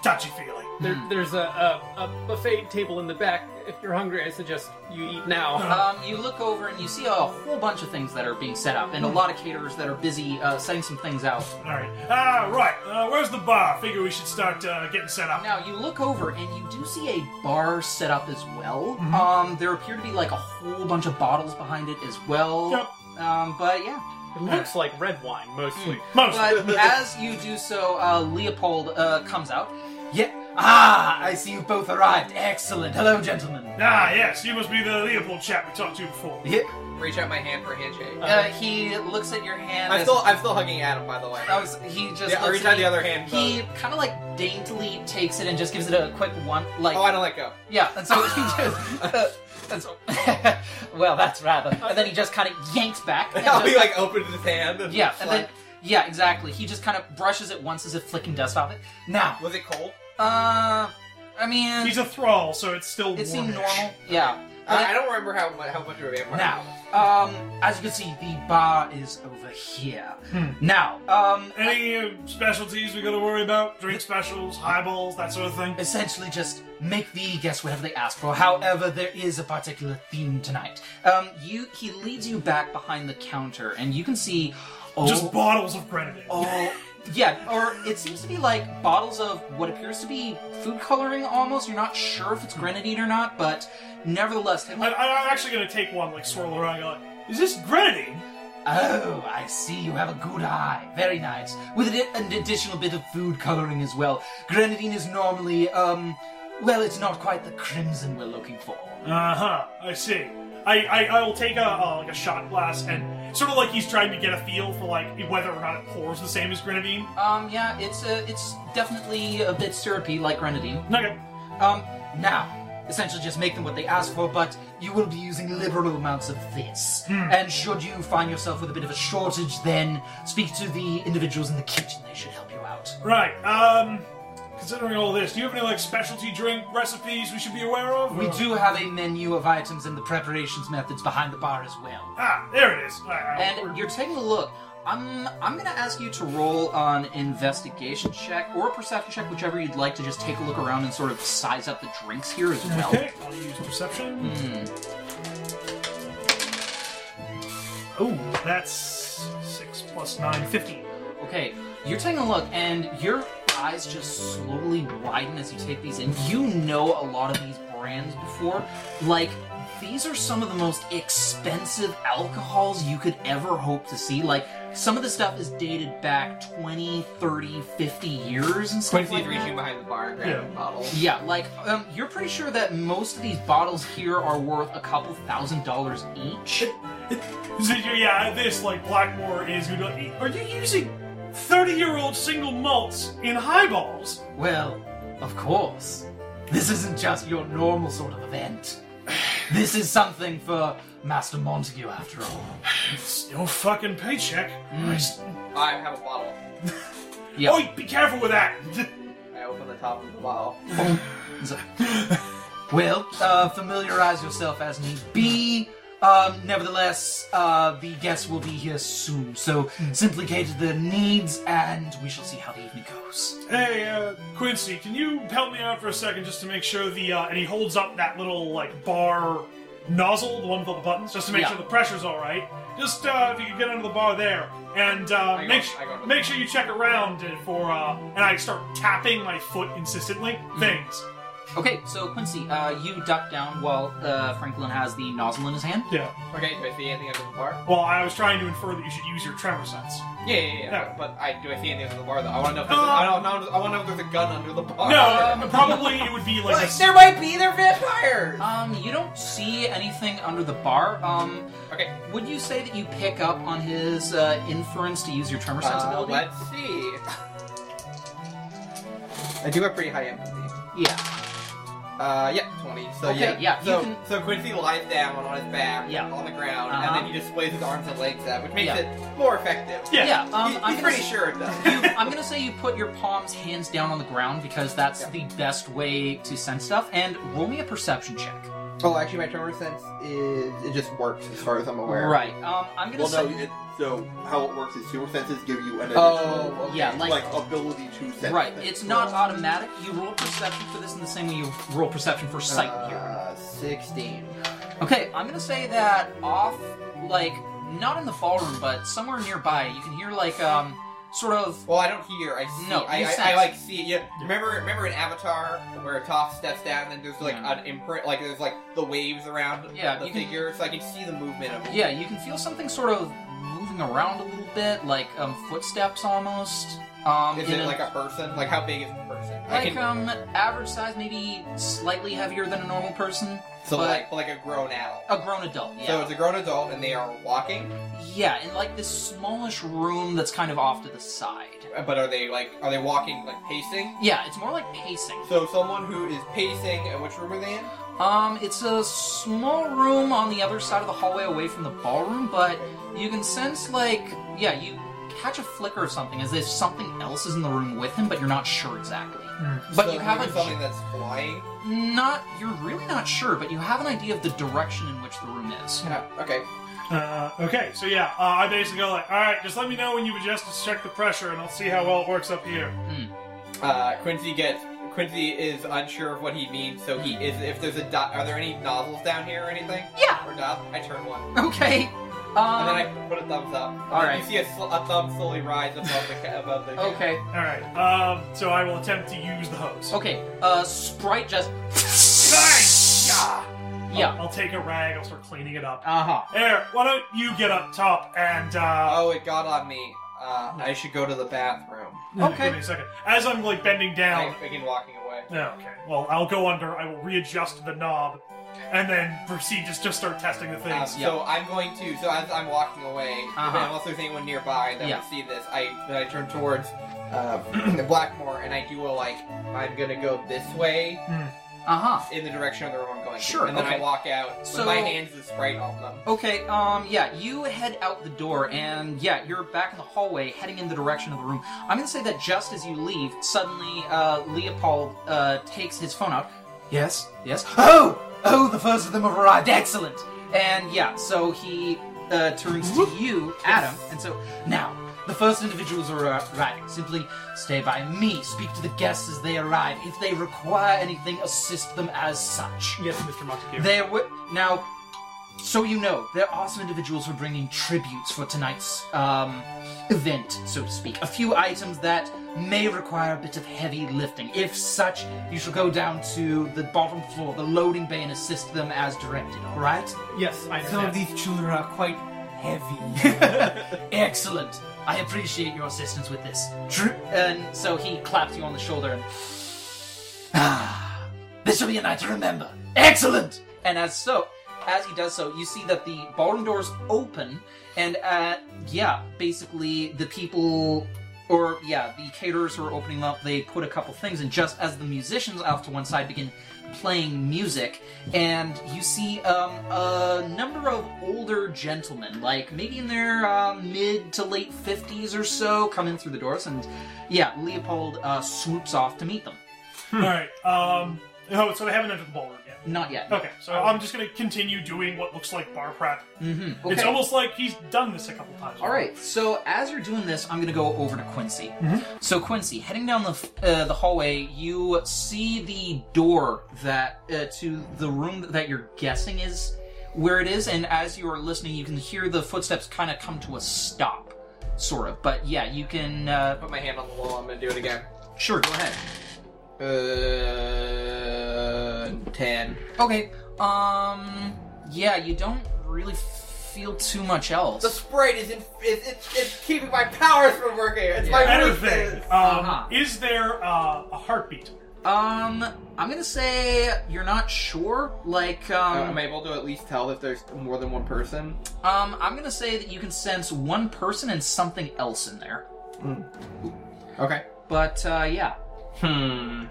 touchy feely.
There, there's a, a a buffet table in the back. If you're hungry, I suggest you eat now.
Um, you look over and you see a whole bunch of things that are being set up, and a lot of caterers that are busy uh, setting some things out.
All right. Ah, right. Uh, where's the bar? Figure we should start uh, getting set up.
Now you look over and you do see a bar set up as well. Um, there appear to be like a whole bunch of bottles behind it as well.
Yep.
Um, but yeah. Mm.
It looks like red wine mostly.
Most.
But as you do so, uh, Leopold uh, comes out. Yeah. Ah, I see you both arrived. Excellent. Hello, gentlemen.
ah, yes. You must be the Leopold chap we talked to before.
Yeah.
Reach out my hand for a handshake.
Uh, he looks at your hand.
I'm
as-
still I'm still hugging Adam, by the way.
I was- he just
Yeah, I
looks
reach
at
out
you.
the other hand.
He kind of like daintily takes it and just gives it a quick one, like
Oh, I don't let go.
yeah. And so he just
<laughs>
that's <laughs> well, that's rather. And then he just kind of yanks back. <laughs> and
I'll
just-
be Oh, like open to his hand. And
yeah,
just
and then,
like-
yeah, exactly. He just kind of brushes it once as if flicking dust off it. Now,
was it cold?
uh, I mean,
He's a thrall, so it's still
it seemed
warmish.
normal. Yeah.
I, I don't remember how mu- how much of a vampire.
Now, um, as you can see, the bar is over here.
Hmm.
Now, um,
Any uh, specialties we gotta worry about? Drink specials, highballs, that sort of thing.
essentially just make the guess whatever they ask for. However, there is a particular theme tonight. Um, you he leads you back behind the counter, and you can see oh,
Just bottles of grenadine.
oh yeah, or it seems to be like bottles of what appears to be food coloring. Almost, you're not sure if it's grenadine or not, but nevertheless, they're
I,
like,
I- I'm actually gonna take one, like swirl around, and go like, is this grenadine?
oh, I see you have a good eye. Very nice. With an, an additional bit of food coloring as well. Grenadine is normally um, well, it's not quite the crimson we're looking for.
Uh huh. I see. I, I I will take a uh, like a shot glass and sort of like he's trying to get a feel for like whether or not it pours the same as grenadine.
Um, yeah, it's a, it's definitely a bit syrupy, like grenadine.
Okay.
Um, now, essentially just make them what they ask for, but you will be using liberal amounts of this. And should you find yourself with a bit of a shortage, then speak to the individuals in the kitchen. They should help you out.
Right. Um. Considering all this, do you have any like specialty drink recipes we should be aware of? Uh,
We
Or-
do have a menu of items and the preparations methods behind the bar as well.
Ah, there it is. All right, all right.
And you're taking a look. I'm I'm gonna ask you to roll on investigation check or perception check, whichever you'd like to just take a look around and sort of size up the drinks here as well.
okay. I'll use perception. Oh, that's six plus nine, fifteen.
Okay, you're taking a look, and your eyes just slowly widen as you take these in. You know a lot of these brands before. Like, these are some of the most expensive alcohols you could ever hope to see. Like, some of the stuff is dated back 20, 30, 50 years and stuff
Quincy's
like that.
reaching behind the bar and grabbing the bottle.
Yeah, like, um, you're pretty sure that most of these bottles here are worth a couple thousand dollars each.
So you- yeah, this like Blackmore is gonna be like, are you using thirty-year-old single malts in highballs?
Well, of course. This isn't just your normal sort of event. This is something for Master Montague, after all. <laughs>
It's no fucking paycheck.
Mm.
Christ.
I have a bottle.
Yeah.
Oh, be careful with that. <laughs>
I open the top of the bottle.
Well, uh, familiarize yourself as need be. Um, nevertheless, uh, the guests will be here soon, so simply cater to their needs, and we shall see how the evening goes.
hey, uh, Quincy, can you help me out for a second just to make sure the uh, and he holds up that little like bar nozzle, the one with all the buttons, just to make
Yeah.
sure the pressure's all right. Just uh, if you could get under the bar there, and uh,
I
make
got-
su-
I got it.
make sure you check around uh, for. Uh, and I start tapping my foot insistently.
Mm-hmm.
Things.
Okay, so Quincy, uh, you duck down while uh, Franklin has the nozzle in his hand.
Yeah.
Okay, do I see anything under the bar?
Well, I was trying to infer that you should use your tremor sense.
Yeah, yeah, yeah.
No.
But I do I see anything under the bar though? I want to know. If
Uh,
there's, I, don't, know- I want to know if there's a gun under the
Oh,
bar. <laughs>
No, uh, probably it would be like.
Like,
this-
there might be. They're vampires.
Um, you don't see anything under the bar. Um,
Okay.
Would you say that you pick up on his uh, inference to use your tremor
Uh,
sensibility?
let's see. <laughs> I do have pretty high empathy.
yeah.
Uh, yeah, 20. So
Okay,
yeah.
yeah, you
So,
can-
so Quincy lies down on his back
Yeah.
on the ground,
Uh-huh.
and then he just sways his arms and legs out, which makes
Yeah.
it more effective.
Yeah.
Yeah. Um,
He-
I'm
he's
gonna
pretty
s-
sure it
<laughs>
does.
you, I'm gonna say you put your palms, hands down on the ground because that's
Yeah.
the best way to sense stuff. And roll me a perception check.
Oh, actually, my tremor sense is it just works as far as I'm aware.
Right. Um, I'm gonna
Well,
say.
no, it, so how it works is super senses give you an additional,
Oh, okay.
yeah, like,
like, ability to sense.
right.
things.
It's not automatic. You roll perception for this in the same way you roll perception for sight here.
Uh, 16.
Okay, I'm gonna say that off, like not in the ballroom, but somewhere nearby, you can hear like um, sort of
Well, I don't hear. I see.
No,
I,
you
I, I
sense.
like see it. Yeah. Remember, remember in Avatar where Toph steps down and there's like
Yeah.
an imprint, like there's like the waves around
Yeah,
the
you can-
figure, so I can see the movement of it.
Yeah, you can feel something sort of moving around a little bit, like um, footsteps almost. Um,
Is
in
it like a person? Like how big is the person? I
like
can-
um average size, maybe slightly heavier than a normal person,
so
but-
like like a grown adult.
a grown adult.
So
Yeah,
it's a grown adult and they are walking,
yeah, in like this smallish room that's kind of off to the side.
but are they like are they walking like pacing?
Yeah, it's more like pacing.
So someone who is pacing, and which room are they in?
Um, it's a small room on the other side of the hallway away from the ballroom, but you can sense, like, yeah, you catch a flicker of something as if something else is in the room with him, but you're not sure exactly. But
So
you
maybe
haven't
something that's flying.
not you're really not sure, but you have an idea of the direction in which the room is. <laughs>
Yeah. Okay.
Uh, okay, so yeah, uh, I basically go like, all right, just let me know when you've adjusted to check the pressure, and I'll see how well it works up here.
Uh, Quincy gets. Quincy is unsure of what he means, so he is. If there's a dot, are there any nozzles down here or anything?
Yeah.
Or not? I turn one,
Okay.
and
Um,
then I put a thumbs up. And
all
then
right.
You see a, sl- a thumb slowly rise above the
<laughs>
ca- above the.
okay.
All right, um, so I will attempt to use the hose.
Okay. Uh, Sprite just.
Nice!
<laughs> Yeah.
I'll take a rag. I'll start cleaning it up.
Uh huh.
Air, why don't you get up top and uh,
Oh, it got on me. Uh, I should go to the bathroom.
Okay.
give me a second. As I'm like bending down,
I'm begin walking away.
Yeah, okay. Well, I'll go under. I will readjust the knob, and then proceed just just start testing the
Um,
things.
Yeah.
So I'm going to. So as I'm walking away,
Uh-huh.
and unless there's anyone nearby that
Yeah.
would see this, I then I turn towards uh, <clears throat> Blackmore and I do a like. I'm gonna go this way
Uh huh.
in the direction of the room I'm going. to.
Sure,
And then
okay.
I walk out
So-
with my hands and sprite on them.
Okay. Um. Yeah. You head out the door, and yeah, you're back in the hallway, heading in the direction of the room. I'm gonna say that just as you leave, suddenly uh, Leopold uh, takes his phone out. Yes. Yes. Oh. Oh. The first of them have arrived. Excellent. And yeah. So he uh, turns to you, Adam, and so now. The first individuals are uh, arriving. Simply stay by me. Speak to the guests as they arrive. If they require anything, assist them as such.
Yes, Mr. Montague.
There were now, so you know, there are some individuals who are bringing tributes for tonight's um, event, so to speak. A few items that may require a bit of heavy lifting. If such, you shall go down to the bottom floor, the loading bay, and assist them as directed. All right?
yes, I understand.
these children are quite heavy.
<laughs> Excellent. I appreciate your assistance with this. True. And so he claps you on the shoulder and. <sighs> Ah, this will be a night to remember. Excellent. And as so, as he does so, you see that the ballroom doors open, and uh, yeah, basically the people. Or yeah, the caterers who are opening them up. They put a couple things, and just as the musicians off to one side begin playing music, and you see um, a number of older gentlemen, like maybe in their uh, mid to late 50s or so, come in through the doors, and yeah, Leopold uh, swoops off to meet them.
All right. Um. Oh, so they haven't entered the ballroom yet.
Not yet.
Okay, so
Oh.
I'm just gonna continue doing what looks like bar prep.
Mm-hmm. Okay.
It's almost like he's done this a couple times.
All right. So as you're doing this, I'm gonna go over to Quincy. So Quincy, heading down the f- uh, the hallway, you see the door that uh, to the room that you're guessing is where it is, and as you are listening, you can hear the footsteps kind of come to a stop, sort of. But yeah, you can. Uh,
Put my hand on the wall. I'm gonna do it again.
sure, go ahead.
Uh, ten.
Okay. Um. Yeah, you don't really feel too much else.
The sprite is in. Is, it's, it's keeping my powers from working. It's my
Better
weakness.
thing. Um,
Uh-huh.
Is there uh, a heartbeat?
Um, I'm gonna say you're not sure. Like,
Uh,
um,
am I able to at least tell if there's more than one person?
um, I'm gonna say that you can sense one person and something else in there.
Okay.
But uh, yeah,
Hmm.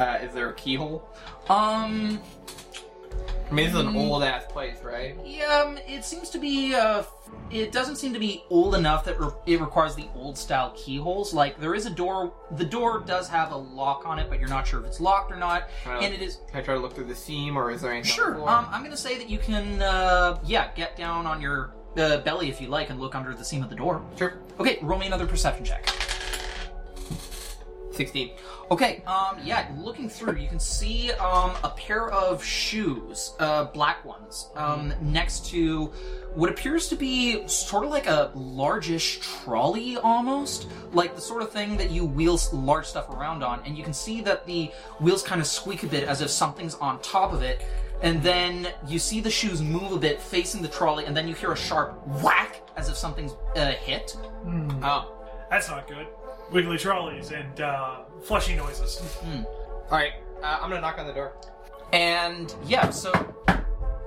Uh, is there a keyhole?
um,
I mean, this is an old ass place, right?
yeah, um, it seems to be. Uh, it doesn't seem to be old enough that re- it requires the old style keyholes. Like, there is a door. The door does have a lock on it, but you're not sure if it's locked or not.
Can I,
And it is
Uh, Can I try to look through the seam, or is there anything?
Sure. Um, I'm gonna say that you can, uh, yeah, get down on your uh, belly if you like and look under the seam of the door.
sure.
Okay, roll me another perception check.
Sixteen.
Okay. Um, yeah, looking through, you can see um a pair of shoes, uh, black ones, um, next to what appears to be sort of like a largish trolley almost, like the sort of thing that you wheel s- large stuff around on, and you can see that the wheels kind of squeak a bit as if something's on top of it. And then you see the shoes move a bit facing the trolley, and then you hear a sharp whack as if something's uh, hit.
Oh.
That's not good. Wiggly trolleys and uh, flushy noises.
All right. Uh, I'm gonna knock on the door.
And yeah, so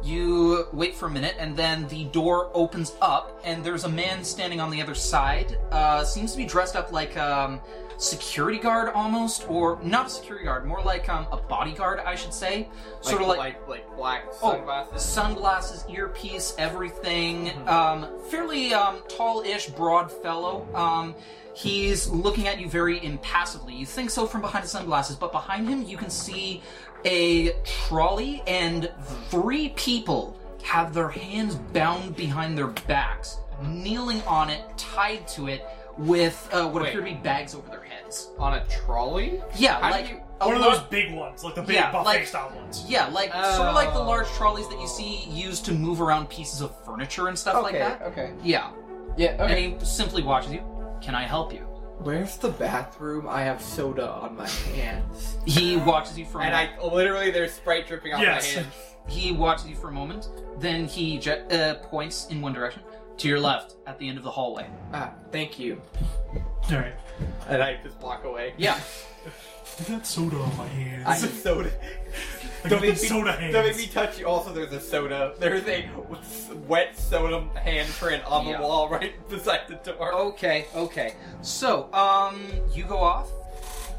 You wait for a minute, and then the door opens up, and there's a man standing on the other side. Uh, seems to be dressed up like um, security guard almost, or not a security guard, more like um, a bodyguard, I should say. Sort of like
like like black
Oh.
sunglasses. Mm-hmm.
sunglasses, earpiece, everything. Um, fairly um, tall-ish, broad fellow. Um, he's looking at you very impassively. You think so from behind his sunglasses, but behind him you can see a trolley and three people have their hands bound behind their backs, kneeling on it, tied to it, with uh, what
Wait.
appear to be bags over their heads.
on a trolley.
Yeah,
How do
like
you-
a
One of
lar-
those big ones, like the big
Yeah,
buffet
like-
style ones.
yeah, like sort of like the
Oh.
large trolleys that you see used to move around pieces of furniture and stuff like that.
okay.
Yeah.
Yeah, okay.
And he simply watches you. Can I help you?
Where's the bathroom? I have soda on my hands.
He watches you for a
And
moment.
I literally there's sprite dripping off
Yes.
my hand.
He watches you for a moment. Then he je- uh, points in one direction to your left at the end of the hallway.
Ah, thank you.
All right,
And I just walk away. <laughs>
Yeah.
I got soda on my hands.
It's a soda.
I got
Don't make me-
soda hands.
Don't make me touch you. Also, there's a soda. There's a wet soda handprint on the
Yeah. Oh,
wall right <laughs> beside the door.
<laughs> Okay, okay. So, um, you go off.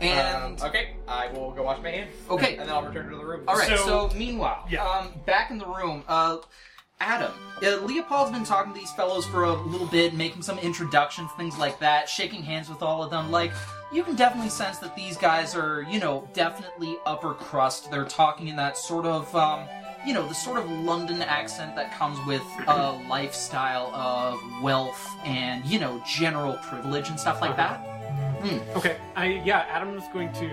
And.
Um, okay, I will go wash my hands.
Okay.
and then I'll return to the room.
All right. So,
So-
meanwhile,
Yeah.
um, back in the room, uh, Adam, uh, Leopold's been talking to these fellows for a little bit, making some introductions, things like that, shaking hands with all of them. Like, you can definitely sense that these guys are, you know, definitely upper crust. They're talking in that sort of, um, you know, the sort of London accent that comes with a lifestyle of wealth and, you know, general privilege and stuff like that.
Okay, I yeah, Adam's going to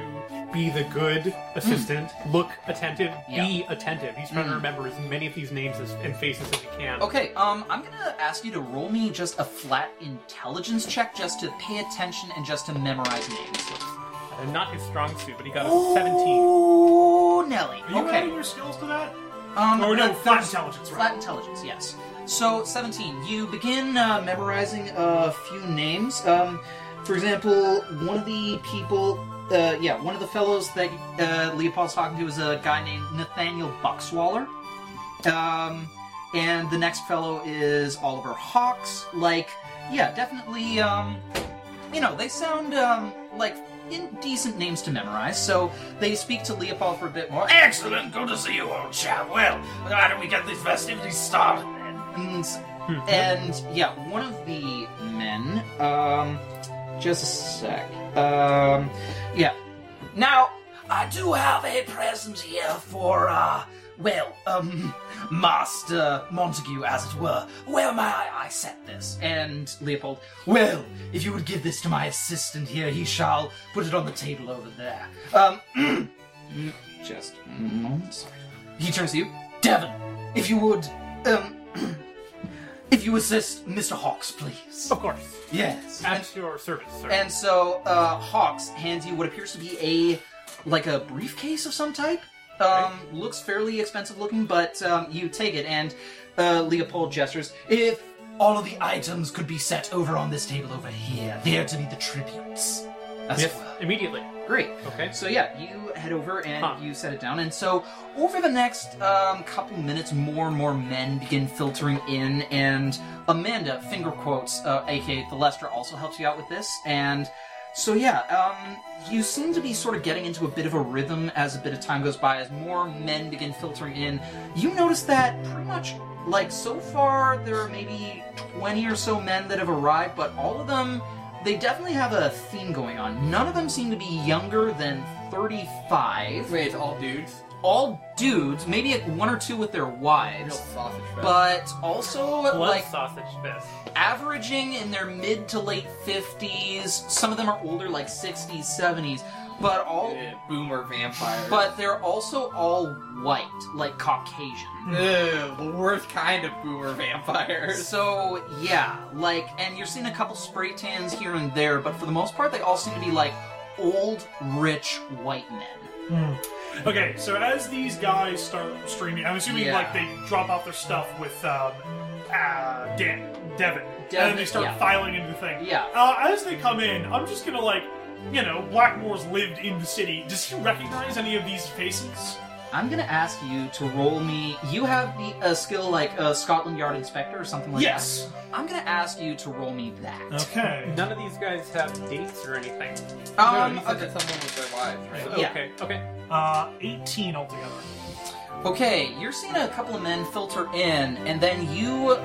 be the good assistant, look attentive, be attentive. He's trying to
Mm.
remember as many of these names as, and faces as he can.
Okay, um, I'm gonna ask you to roll me just a flat intelligence check just to pay attention and just to memorize names.
Uh, not his strong suit, but he got a 17.
Ooh, Nelly.
Are you adding
okay.
your skills to that?
Um,
Or no,
uh,
flat
there's-
intelligence, right.
Flat intelligence, yes. So, 17. You begin uh, memorizing a few names. Um, for example, one of the people, uh, yeah, one of the fellows that uh, Leopold's talking to is a guy named Nathaniel Buckswaller. Um, and the next fellow is Oliver Hawks. Like, yeah, definitely, um, you know, they sound um, like indecent names to memorize, so they speak to Leopold for a bit more.
Excellent. Good to see you, old chap. Well, why don't we get these festivities started then?
And, and yeah, one of the men, um, just a sec. Um, yeah. Now, I do have a present here for, uh, well, um, <laughs> Master Montague, as it were. Where may I, I set this? And Leopold, well, if you would give this to my assistant here, he shall put it on the table over there. Um, <clears throat> just a moment. He turns to you. Devon, if you would, um, <clears throat> if you assist Mr. Hawks, please.
Of course.
Yes. And,
At your service, sir.
and so, uh, Hawks hands you what appears to be a, like a briefcase of some type. Um, looks fairly expensive looking, but, um, you take it, and, uh, Leopold gestures, if all of the items could be set over on this table over here, there to be the tributes. As
yes,
it were.
immediately.
Great.
Okay.
So yeah, you head over and
Huh.
you set it down, and so over the next um, couple minutes, more and more men begin filtering in, and Amanda finger quotes, uh, aka Thelestra, also helps you out with this, and so yeah, um, you seem to be sort of getting into a bit of a rhythm as a bit of time goes by, as more men begin filtering in. You notice that pretty much. Like, so far, there are maybe 20 or so men that have arrived, but all of them they definitely have a theme going on. None of them seem to be younger than 35.
Wait, it's all dudes.
All dudes, maybe one or two with their
Real
wives,
sausage fest.
but also
Blood
like
sausage fest.
averaging in their mid to late 50s. Some of them are older, like 60s, 70s, but all
Eh, boomer vampires.
but they're also all white, like Caucasian.
Ew, the worst kind of boomer <laughs> vampires.
So yeah, like, and you're seeing a couple spray tans here and there, but for the most part, they all seem to be like old, rich white men.
Okay, so as these guys start streaming, I'm assuming
Yeah.
like they drop off their stuff with um, uh, Dan, Devin, and
Devin,
then they start
yeah.
filing into the thing.
Yeah.
Uh, as they come in, I'm just gonna like, you know, Blackmore's lived in the city. Does he recognize any of these faces?
I'm gonna ask you to roll me. You have the a skill like a Scotland Yard inspector or something like
yes.
that. I'm gonna ask you to roll me that.
Okay.
None of these guys have dates or anything.
Um,
you said
okay.
that someone was their wives, right?
Yeah.
Okay. Okay.
Uh, 18 altogether.
Okay, you're seeing a couple of men filter in, and then you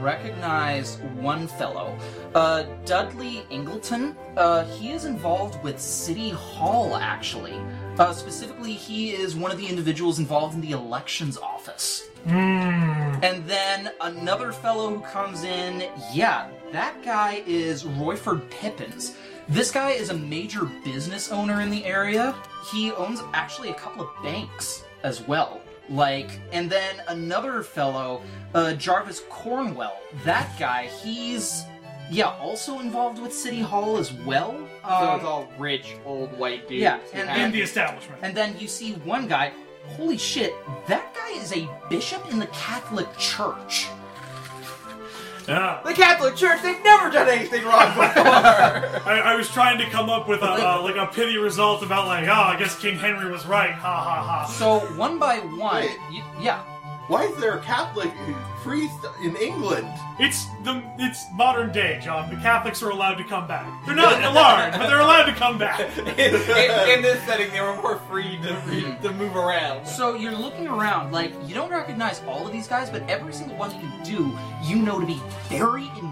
recognize one fellow, uh, Dudley Ingleton. Uh, he is involved with City Hall, actually. Uh, specifically, he is one of the individuals involved in the elections office.
Mm.
And then another fellow who comes in, yeah, that guy is Royford Pippins. This guy is a major business owner in the area. He owns actually a couple of banks as well. Like, and then another fellow, uh, Jarvis Cornwell. That guy, he's, yeah, also involved with City Hall as well.
So
Um,
it's all rich old white dudes.
yeah,
who
and-
have-
In the establishment.
and then you see one guy, holy shit, that guy is a bishop in the Catholic Church.
yeah.
the Catholic Church, they've never done anything wrong <laughs> before.
I, I was trying to come up with a uh, like a pithy result about like, oh, I guess King Henry was right. Ha ha ha.
So one by one,
Wait.
you, yeah.
Why is there a Catholic priest in England?
It's the it's modern day, John. The Catholics are allowed to come back. They're not alarmed, but they're allowed to come back.
in, in- in this setting, they were more free to, to move around.
So you're looking around, like you don't recognize all of these guys, but every single one you do, you know to be very important.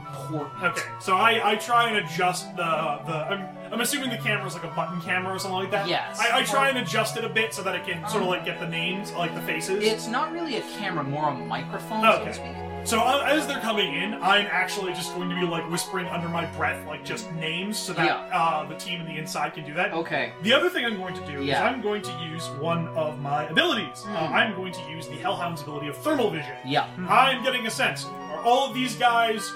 Okay, so I, I try and adjust the the I'm, I'm assuming the camera's like a button camera or something like that.
Yes.
I, I try and adjust it a bit so that it can sort of like get the names, like the faces.
It's not really a camera, more a microphone, so
Okay.
to speak.
So uh, as they're coming in, I'm actually just going to be like whispering under my breath, like just names, so that
Yeah.
uh, the team in the inside can do that.
Okay.
The other thing I'm going to do is
Yeah. Hmm.
I'm going to use one of my abilities. Uh, I'm going to use the Hellhound's ability of thermal vision.
Yeah.
Hmm. I'm getting a sense: are all of these guys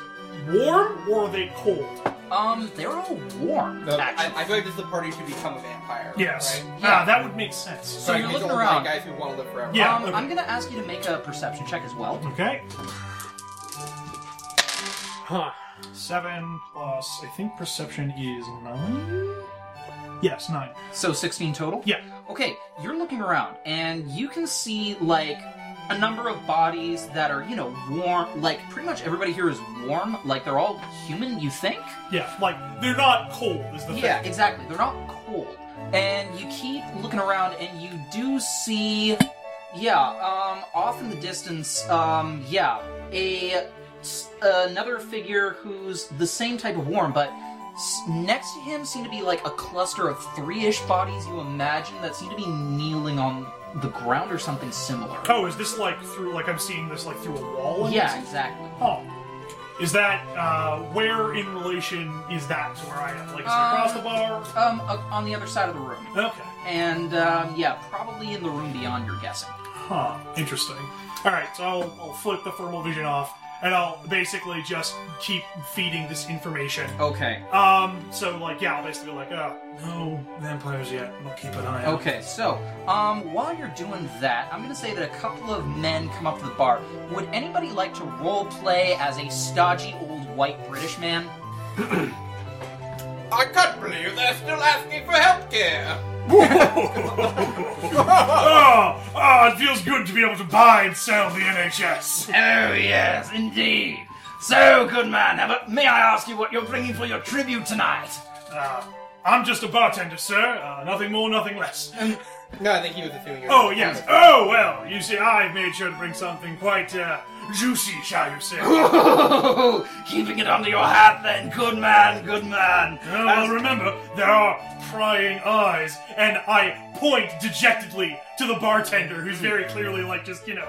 warm or are they cold?
Um, they're all warm,
I,
actually.
I feel like this is the party to become a vampire.
Yes.
Right?
Yeah.
Ah, that would make sense.
so
Like,
you're
these
looking
old white
around.
guys who want to live forever.
Yeah.
um,
okay.
I'm gonna ask you to make a perception check as well.
Okay.
Huh.
Seven plus, I think perception is nine? Yes, nine.
So 16 total?
Yeah.
Okay, you're looking around and you can see like a number of bodies that are, you know, warm. Like pretty much everybody here is warm. Like they're all human, you think?
Yeah, like, they're not cold, is the
Yeah,
thing.
exactly. They're not cold. And you keep looking around and you do see yeah, um off in the distance um yeah, a s- another figure who's the same type of warm but s- next to him seem to be like a cluster of three-ish bodies you imagine that seem to be kneeling on the ground or something similar.
Oh, is this like through, like, I'm seeing this like through a wall? and
Yeah,
it's-
exactly.
Oh. Is that, uh, where in relation is that to where I am? Like, is it across the bar?
Um o- on the other side of the room.
Okay.
And um yeah, probably in the room beyond you're guessing.
Huh, interesting. Alright, so I'll, I'll flip the thermal vision off, and I'll basically just keep feeding this information
Okay.
Um, so like, yeah, I'll basically be like, oh, no vampires yet. I'll keep an eye out.
Okay, so um, while you're doing that, I'm gonna say that a couple of men come up to the bar. Would anybody like to role play as a stodgy old white British man?
I can't believe they're still asking for healthcare.
Oh, oh, it feels good to be able to buy and sell the NHS.
Oh yes, indeed. So good man. Now, may I ask you what you're bringing for your tribute tonight? <laughs>
Uh, I'm just a bartender, sir. Uh, nothing more, nothing less.
No, I think he was assuming you were.
Oh, yes. Oh, well, you see, I've made sure to bring something quite, uh, juicy, shall you say. Oh,
Keeping it under your hat, then. Good man. Good man.
Uh, well, remember, there are prying eyes, and I point dejectedly to the bartender, who's very clearly, like, just, you know,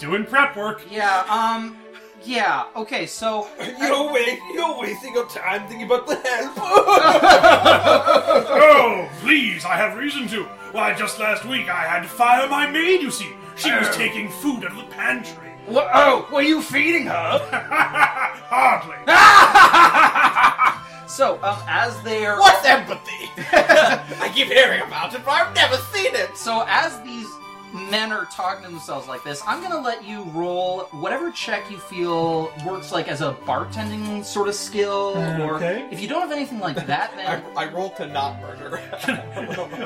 doing prep <laughs> work.
Yeah. Um. Yeah. Okay. <coughs> So.
<laughs> You're, wa- you're wasting your time thinking about the help.
Oh, please, I have reason to. Why, just last week I had to fire my maid, you see. She was taking food out of the pantry. <laughs>
Wha oh, were you feeding her?
Hardly.
<laughs> So, um, as they're
What's empathy? I keep hearing about it, but I've never seen it.
So as these men are talking to themselves like this, I'm gonna let you roll whatever check you feel works like as a bartending sort of skill, or
Okay.
if you don't have anything like that,
I,
then
<laughs> I rolled to not murder.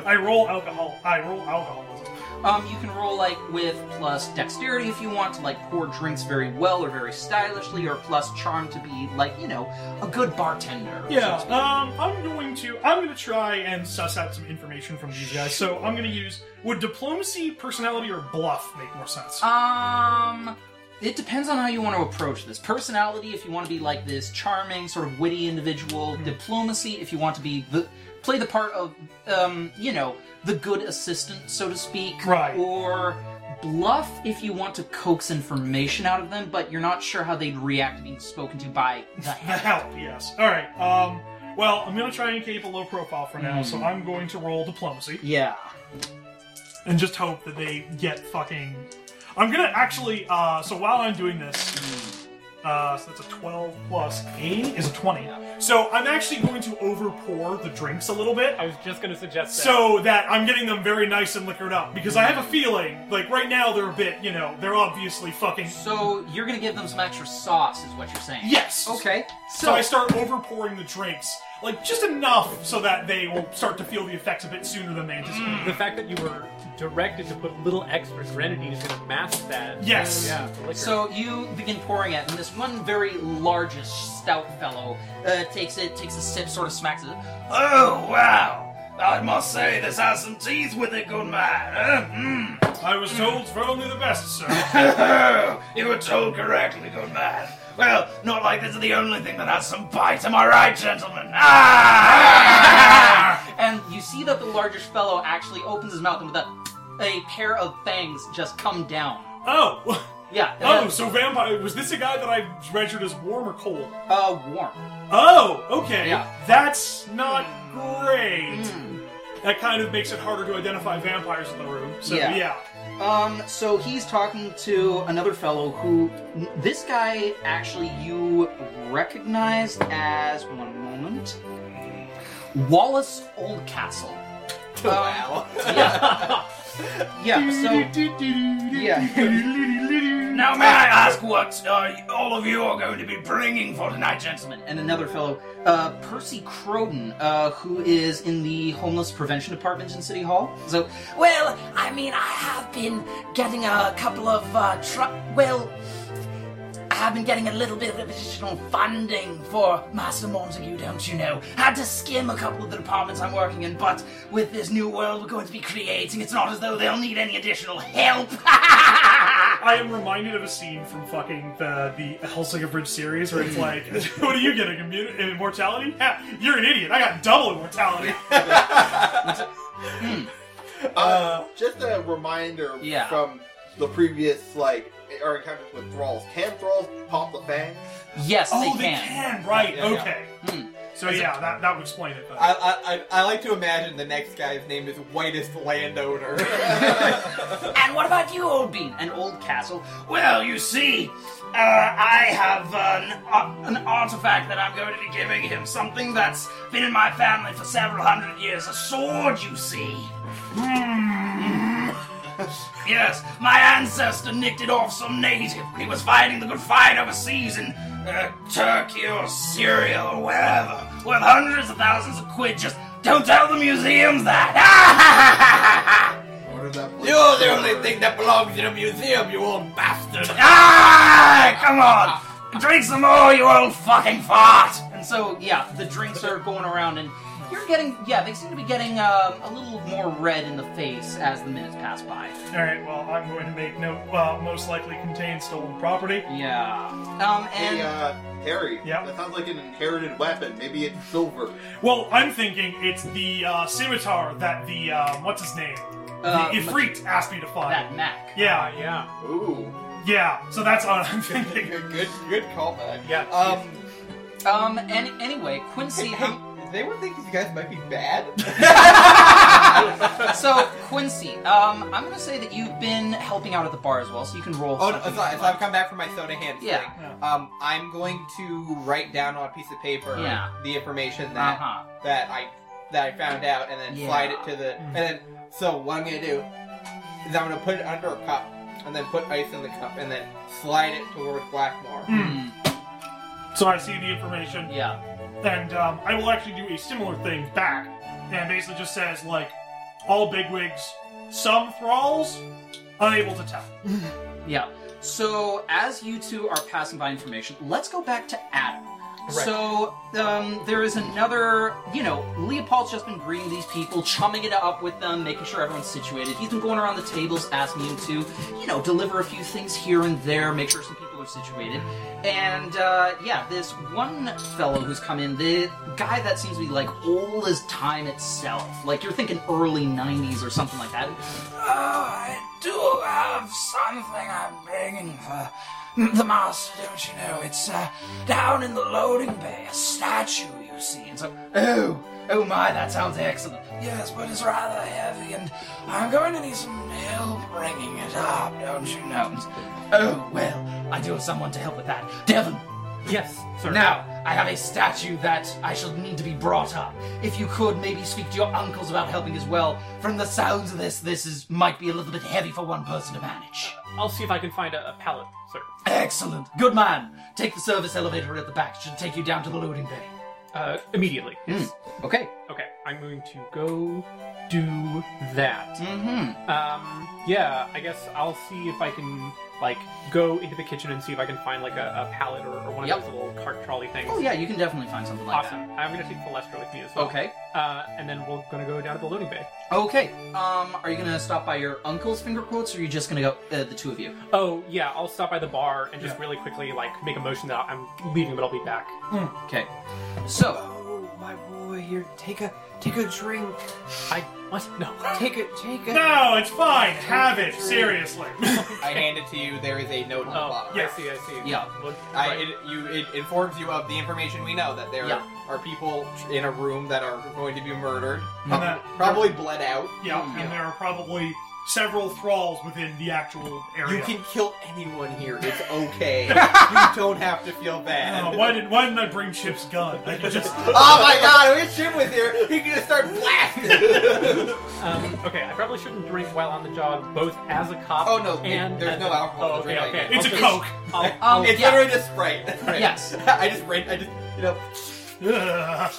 I roll alcohol. I roll alcoholism.
Um, you can roll like with plus dexterity if you want to like pour drinks very well or very stylishly, or plus charm to be like you know a good bartender.
Yeah, um, I'm going to I'm going to try and suss out some information from these guys. So I'm going to use would diplomacy, personality, or bluff make more sense?
Um, it depends on how you want to approach this. Personality, if you want to be like this charming, sort of witty individual. Diplomacy, if you want to be the play the part of, um, you know, the good assistant, so to speak.
Right.
Or bluff, if you want to coax information out of them, but you're not sure how they'd react to being spoken to by the
The
hand.
help, yes. All right. Um, well, I'm going to try and keep a low profile for now, so I'm going to roll diplomacy
yeah.
and just hope that they get fucking. I'm going to actually. Uh, so while I'm doing this. Uh, so that's a 12 plus 8 is a 20. So I'm actually going to over pour the drinks a little bit.
I was just going to suggest that.
so that I'm getting them very nice and liquored up because I have a feeling like right now they're a bit, you know, they're obviously fucking.
So you're gonna give them some extra sauce, is what you're saying?
Yes.
Okay.
So I start over pouring the drinks, like just enough so that they will start to feel the effects a bit sooner than they anticipate.
the fact that you were directed to put a little extra grenadine is going to mask that.
Yes.
Yeah. the liquor.
So you begin pouring it, and this one very largish, stout fellow uh, takes it, takes a sip, sort of smacks it. <laughs> Oh wow! I must say, this has some teeth with it, good man. Uh,
I was told for only the best,
<laughs>
sir.
mm. you were told correctly, good man. Well, not like this is the only thing that has some bite. Am I right, gentlemen? Ah! and you see that the largish fellow actually opens his mouth, and with a, a pair of fangs just come down.
oh.
Yeah.
Oh, so vampire was this a guy that I registered as warm or cold?
Uh, warm.
Oh, okay.
Yeah. Mm.
That's not great. That kind of makes it harder to identify vampires in the room. So
Yeah.
yeah.
Um, so he's talking to another fellow who this guy actually you recognized as one moment Wallace Oldcastle.
<laughs> Wow.
Yeah. yeah. So yeah. now may I ask what uh, all of you are going to be bringing for tonight, gentlemen? And another fellow, uh, Percy Croden, uh, who is in the homeless prevention department in City Hall. So
Well, I mean, I have been getting a couple of, uh, tr- well, I have been getting a little bit of additional funding for Master Montague, don't you know? Had to skim a couple of the departments I'm working in, but with this new world we're going to be creating, it's not as though they'll need any additional help. <laughs>
I am reminded of a scene from fucking the the Hellsinger Bridge series where
Mm.
it's like, <laughs> what are you getting? Immu- immortality? Ha, you're an idiot. I got double immortality.
Uh, just a reminder
Yeah.
from the previous like our encounters with thralls. Can thralls pop the fangs?
yes,
oh, they can. Right.
Yeah, yeah.
okay.
Hmm.
So yeah, that, that would explain it. Then.
I, I, I I like to imagine the next guy's name is Whitest
<laughs>
Landowner. <laughs>
And what about you, Old Bean? And Old Castle?
Well, you see, uh, I have an, uh, an artifact that I'm going to be giving him. Something that's been in my family for several hundred years. A sword, you see. yes, my ancestor nicked it off some native. He was fighting the good fight overseas in uh, Turkey or Syria or wherever. Worth hundreds of thousands of quid. Just don't tell the museums that.
Order that place
You're the
over.
only thing that belongs in a museum, you old bastard.
Ah, come on! Drink some more, you old fucking fart!
And so, yeah, the drinks are going around, and you're getting, yeah, they seem to be getting um, a little more red in the face as the minutes pass by.
All right. Well, I'm going to make no. Well, most likely contain stolen property.
Yeah. Um, and
Hey, uh, Harry.
Yeah.
That sounds like an inherited weapon. Maybe it's silver.
Well, I'm thinking it's the uh, scimitar that the uh, what's his name,
Uh,
the Ifrit asked me to find.
that Mac.
Yeah.
Uh, yeah.
Ooh.
Yeah. So that's what I'm <laughs> thinking.
good, good, good callback.
Yeah.
Um,
Um, and anyway,
<laughs>
Quincy,
hey,
how,
they would think these guys might be
<laughs>
bad.
so Quincy, um, I'm gonna say that you've been helping out at the bar as well, so you can roll.
Oh, no,
something if
so, I-
you'd
so
like.
I've come back from my soda hand.
Yeah.
thing. Um, I'm going to write down on a piece of paper
Yeah.
the information that
Uh-huh.
that I that I found out, and then
Yeah.
slide it to the. And then, so what I'm gonna do is I'm gonna put it under a cup, and then put ice in the cup, and then slide it towards Blackmore.
Hmm,
So I see the information.
yeah.
and um, I will actually do a similar thing back, and basically just says like, all bigwigs Some thralls, unable to tell.
Yeah. So as you two are passing by information, let's go back to Adam. So um, there is another, you know, Leopold's just been greeting these people, chumming it up with them, making sure everyone's situated. He's been going around the tables, asking you to, you know, deliver a few things here and there, make sure some people are situated. And uh, yeah, this one fellow who's come in, the guy that seems to be like old as time itself, like you're thinking early '90s or something like that.
I do have something I'm bringing for the master, don't you know? It's uh, down in the loading bay, a statue you see. And so, oh, oh my, that sounds excellent. Yes, but it's rather heavy, and I'm going to need some help bringing it up, don't you know? And so, oh, well, I do have someone to help with that. Devon,
Yes, sir.
now,
I have a statue that I shall need to be brought up. If you could maybe speak to your uncles about helping as well. From the sounds of this, this is might be a little bit heavy for one person to manage.
I'll see if I can find a, a pallet, sir.
Excellent. Good man. Take the service elevator at the back. Should take you down to the loading bay.
Uh, immediately. Yes.
Okay.
Okay, I'm going to go do that.
Mm-hmm.
Um, yeah, I guess I'll see if I can like go into the kitchen and see if I can find like a, a pallet or, or one
Yep.
of those little cart trolley things.
Oh yeah, you can definitely find something like
Awesome. I'm gonna take the Lester with me as
that.
well.
Okay.
Uh, and then we're gonna go down to the loading bay.
Okay. Um, are you gonna stop by your uncle's finger quotes, or are you just gonna go uh, the two of you?
Oh yeah, I'll stop by the bar and just really quickly like make a motion that I'm leaving, but I'll be back.
Okay. So
Oh, my boy, here, take a take a drink.
I what? No.
Take a take a.
No, it's fine. Have it. Seriously. <laughs>
I hand it to you. There is a note on the
Oh,
bottom.
yeah, I see, I see.
yeah.
Look,
I,
right.
it, you, it informs you of the information we know that there
Yeah.
are people in a room that are going to be murdered,
And that-
probably bled out.
yeah, and there are probably several thralls within the actual area.
You can kill anyone here.
<laughs>
It's okay. you don't have to feel bad.
Uh,
Oh,
why did why didn't I bring Chip's gun? I could just
oh my god, I wish Jim was here. He could just start
<laughs>
blasting.
Um, okay, I probably shouldn't drink while on the job, both as a cop.
Oh, no,
and
there's
as
no
a-
alcohol
Oh,
to drink,
okay, Oh,
I
okay.
guess.
It's a
Okay.
Coke.
<laughs>
I'll-
Um,
it's
yeah.
literally just Sprite.
<laughs>
Right.
Yes.
<laughs> I just ran, I just, you know.
Ugh.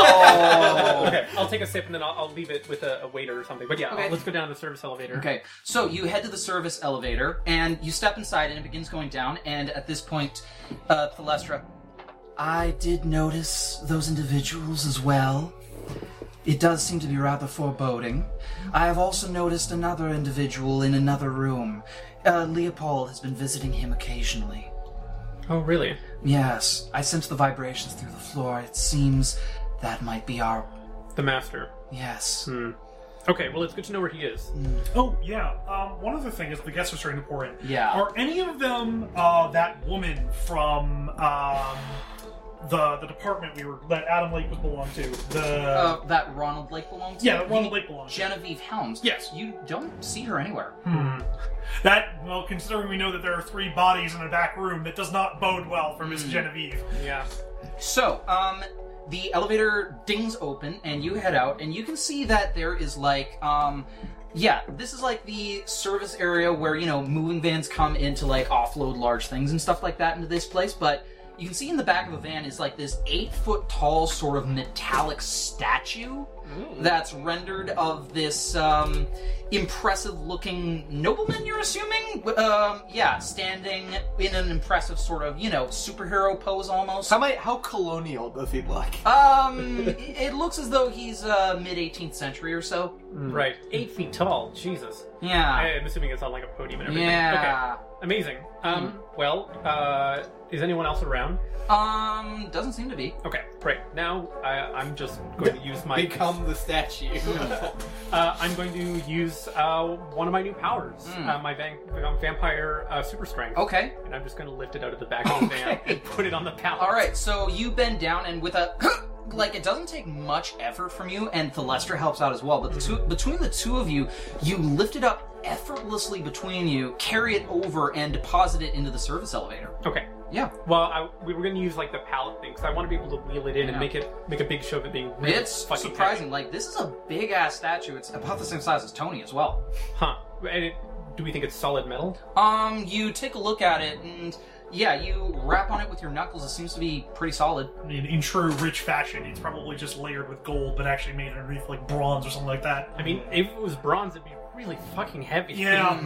Oh.
okay, I'll take a sip and then I'll, I'll leave it with a, a waiter or something. But yeah,
Okay.
let's go down to the service elevator.
Okay, so you head to the service elevator and you step inside, and it begins going down. And at this point, uh, Thalestra, I did notice those individuals as well. It does seem to be rather foreboding. I have also noticed another individual in another room. Uh, Leopold has been visiting him occasionally.
Oh, really?
Yes, I sense the vibrations through the floor. It seems that might be our.
The master.
Yes.
Okay, well, it's good to know where he is.
Oh yeah. Um, one other thing is the guests are starting to pour in.
Yeah.
Are any of them uh, that woman from um, the the department we were that Adam Lake was belonged to? The
Uh, that Ronald Lake belongs to?
yeah, that Ronald
You-
Lake belonged. to.
Genevieve Helms.
Yes.
You don't see her anywhere.
Hmm. That well, considering we know that there are three bodies in a back room, that does not bode well for Miss Genevieve.
Mm.
Yeah.
So, um, the elevator dings open and you head out, and you can see that there is like, um, yeah, this is like the service area where, you know, moving vans come in to like offload large things and stuff like that into this place, but. You can see in the back of the van is like this eight foot tall sort of metallic statue that's rendered of this um, impressive looking nobleman, you're assuming? Um, yeah, standing in an impressive sort of, you know, superhero pose almost.
How, how colonial does he look?
<laughs> Um, it looks as though he's uh, mid 18th century or so.
Mm.
Right. Eight feet tall. Jesus. I,
Yeah.
am assuming it's on like a podium and everything.
Ah. Yeah. Hmm.
Okay. Amazing. Um, well, uh, is anyone else around?
Um, doesn't seem to be.
Okay, great. Now I, I'm just going to use my.
Become the statue.
Uh, I'm going to use uh, one of my new powers,
Mm.
uh, my van- vampire uh, super strength,
Okay.
and I'm just going to lift it out of the back of the van
Okay.
and put it on the pallet.
All right. So you bend down and with a <clears throat> like, it doesn't take much effort from you, and Thalestra helps out as well. But the two, between the two of you, you lift it up effortlessly between you, carry it over, and deposit it into the service elevator.
Okay.
Yeah.
Well, I, we were going to use like the pallet thing because I want to be able to wheel it in
Yeah.
and make it make a big show of it being. Really
It's
fucking
surprising. Like this is a big ass statue. It's about the same size as Tony as well.
heavy. huh? And it, do we think it's solid metal?
Um, you take a look at it, and yeah, you rap on it with your knuckles. It seems to be pretty solid.
I mean, in true rich fashion, it's probably just layered with gold, but actually made underneath like bronze or something like that.
I mean, if it was bronze, it'd be really fucking heavy.
Yeah.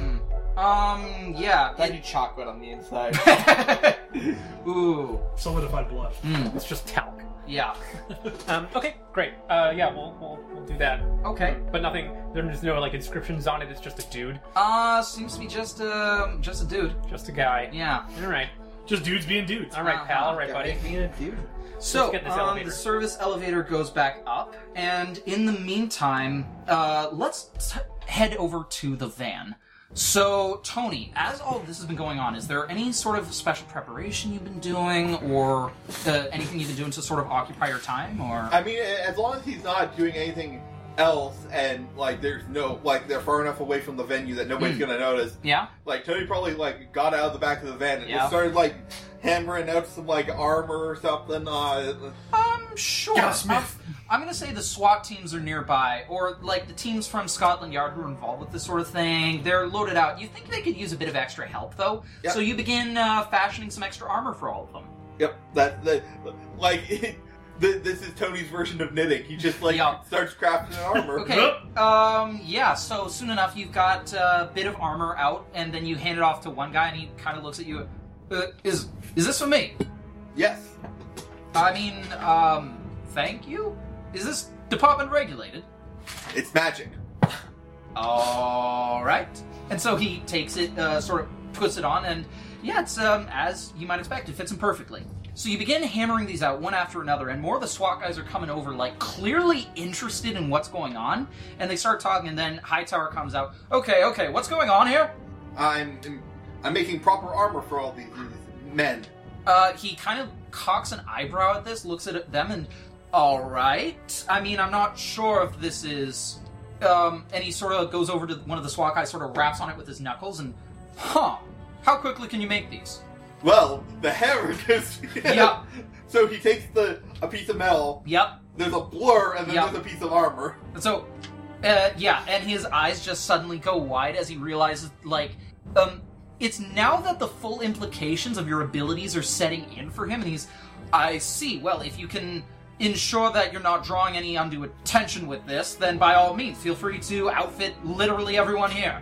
Um, yeah.
I do chocolate on the inside.
it- <laughs> Ooh, Hmm.
Solidified blood.
It's just talc.
yeah.
<laughs> Um, okay, great. Uh, yeah, we'll, we'll we'll do that.
Okay.
But nothing. There's no like inscriptions on it. It's just a dude,
Uh, seems to be just um, just a dude.
just a guy.
Yeah.
All right,
Just dudes being dudes.
all right, pal. All right,
Yeah,
buddy.
Make me a dude.
So
get this
um,
elevator.
the service elevator goes back up, and in the meantime, uh, let's t- head over to the van. So, Tony, as all of this has been going on, is there any sort of special preparation you've been doing, or uh, anything you've been doing to sort of occupy your time, or?
I mean, a- as long as he's not doing anything else, and like there's no like they're far enough away from the venue that
Hmm.
nobody's gonna notice.
yeah.
Like Tony probably like got out of the back of the van and
Yeah.
just started like hammering out some like armor or something. Uh,
Um, sure.
Yeah, Smith.
I'm, I'm gonna say the SWAT teams are nearby, or like the teams from Scotland Yard who are involved with this sort of thing. They're loaded out. You think they could use a bit of extra help, though?
Yep.
So you begin uh, fashioning some extra armor for all of them.
yep, that that like <laughs> it, th- this is Tony's version of knitting. He just like
Yeah.
starts crafting an armor.
Okay. Um. Yeah. So soon enough, you've got uh, a bit of armor out, and then you hand it off to one guy, and he kind of looks at you. Uh, is is this for me?
Yes.
I mean, um, thank you. Is this department regulated?
It's magic.
All right. And so he takes it, uh, sort of puts it on, and yeah, it's um, as you might expect, it fits him perfectly. So you begin hammering these out one after another, and more of the SWAT guys are coming over, like clearly interested in what's going on, and they start talking, and then Hightower comes out. Okay, okay, what's going on here?
I'm I'm making proper armor for all these, these men.
Uh, he kind of cocks an eyebrow at this, looks at them, and all right. I mean, I'm not sure if this is. Um, and he sort of goes over to one of the SWAT guys, sort of raps on it with his knuckles, and huh? How quickly can you make these?
Well, the hammer <laughs> just
Yep.
So he takes the a piece of metal.
Yep.
There's a blur, and then
Yeah.
there's a piece of armor.
And so, uh, yeah, and his eyes just suddenly go wide as he realizes, like, um, it's now that the full implications of your abilities are setting in for him, and he's, I see. Well, if you can ensure that you're not drawing any undue attention with this, then by all means, feel free to outfit literally everyone here.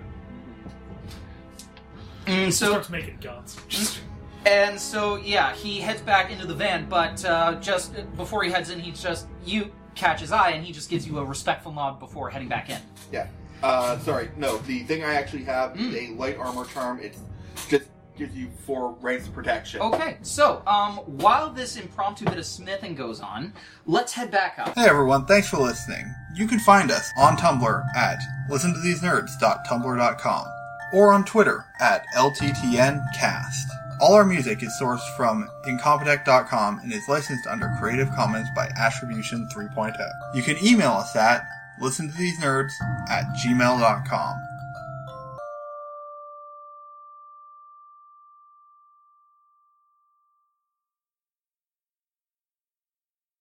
And so,
Starts making guns. <laughs> Just
and so, yeah, he heads back into the van, but uh, just before he heads in, he just you catch his eye, and he just gives you a respectful nod before heading back in.
Yeah. Uh, sorry. No, the thing I actually have is a light armor charm. It's just gives you four ranks of protection.
Okay, so um, while this impromptu bit of smithing goes on, let's head back up.
Hey everyone, thanks for listening. You can find us on Tumblr at listentothesenerds.tumblr.com or on Twitter at LTTNcast. All our music is sourced from incompetech.com and is licensed under Creative Commons by oh. Attribution 3.0. You can email us at listentothesenerds at gmail.com.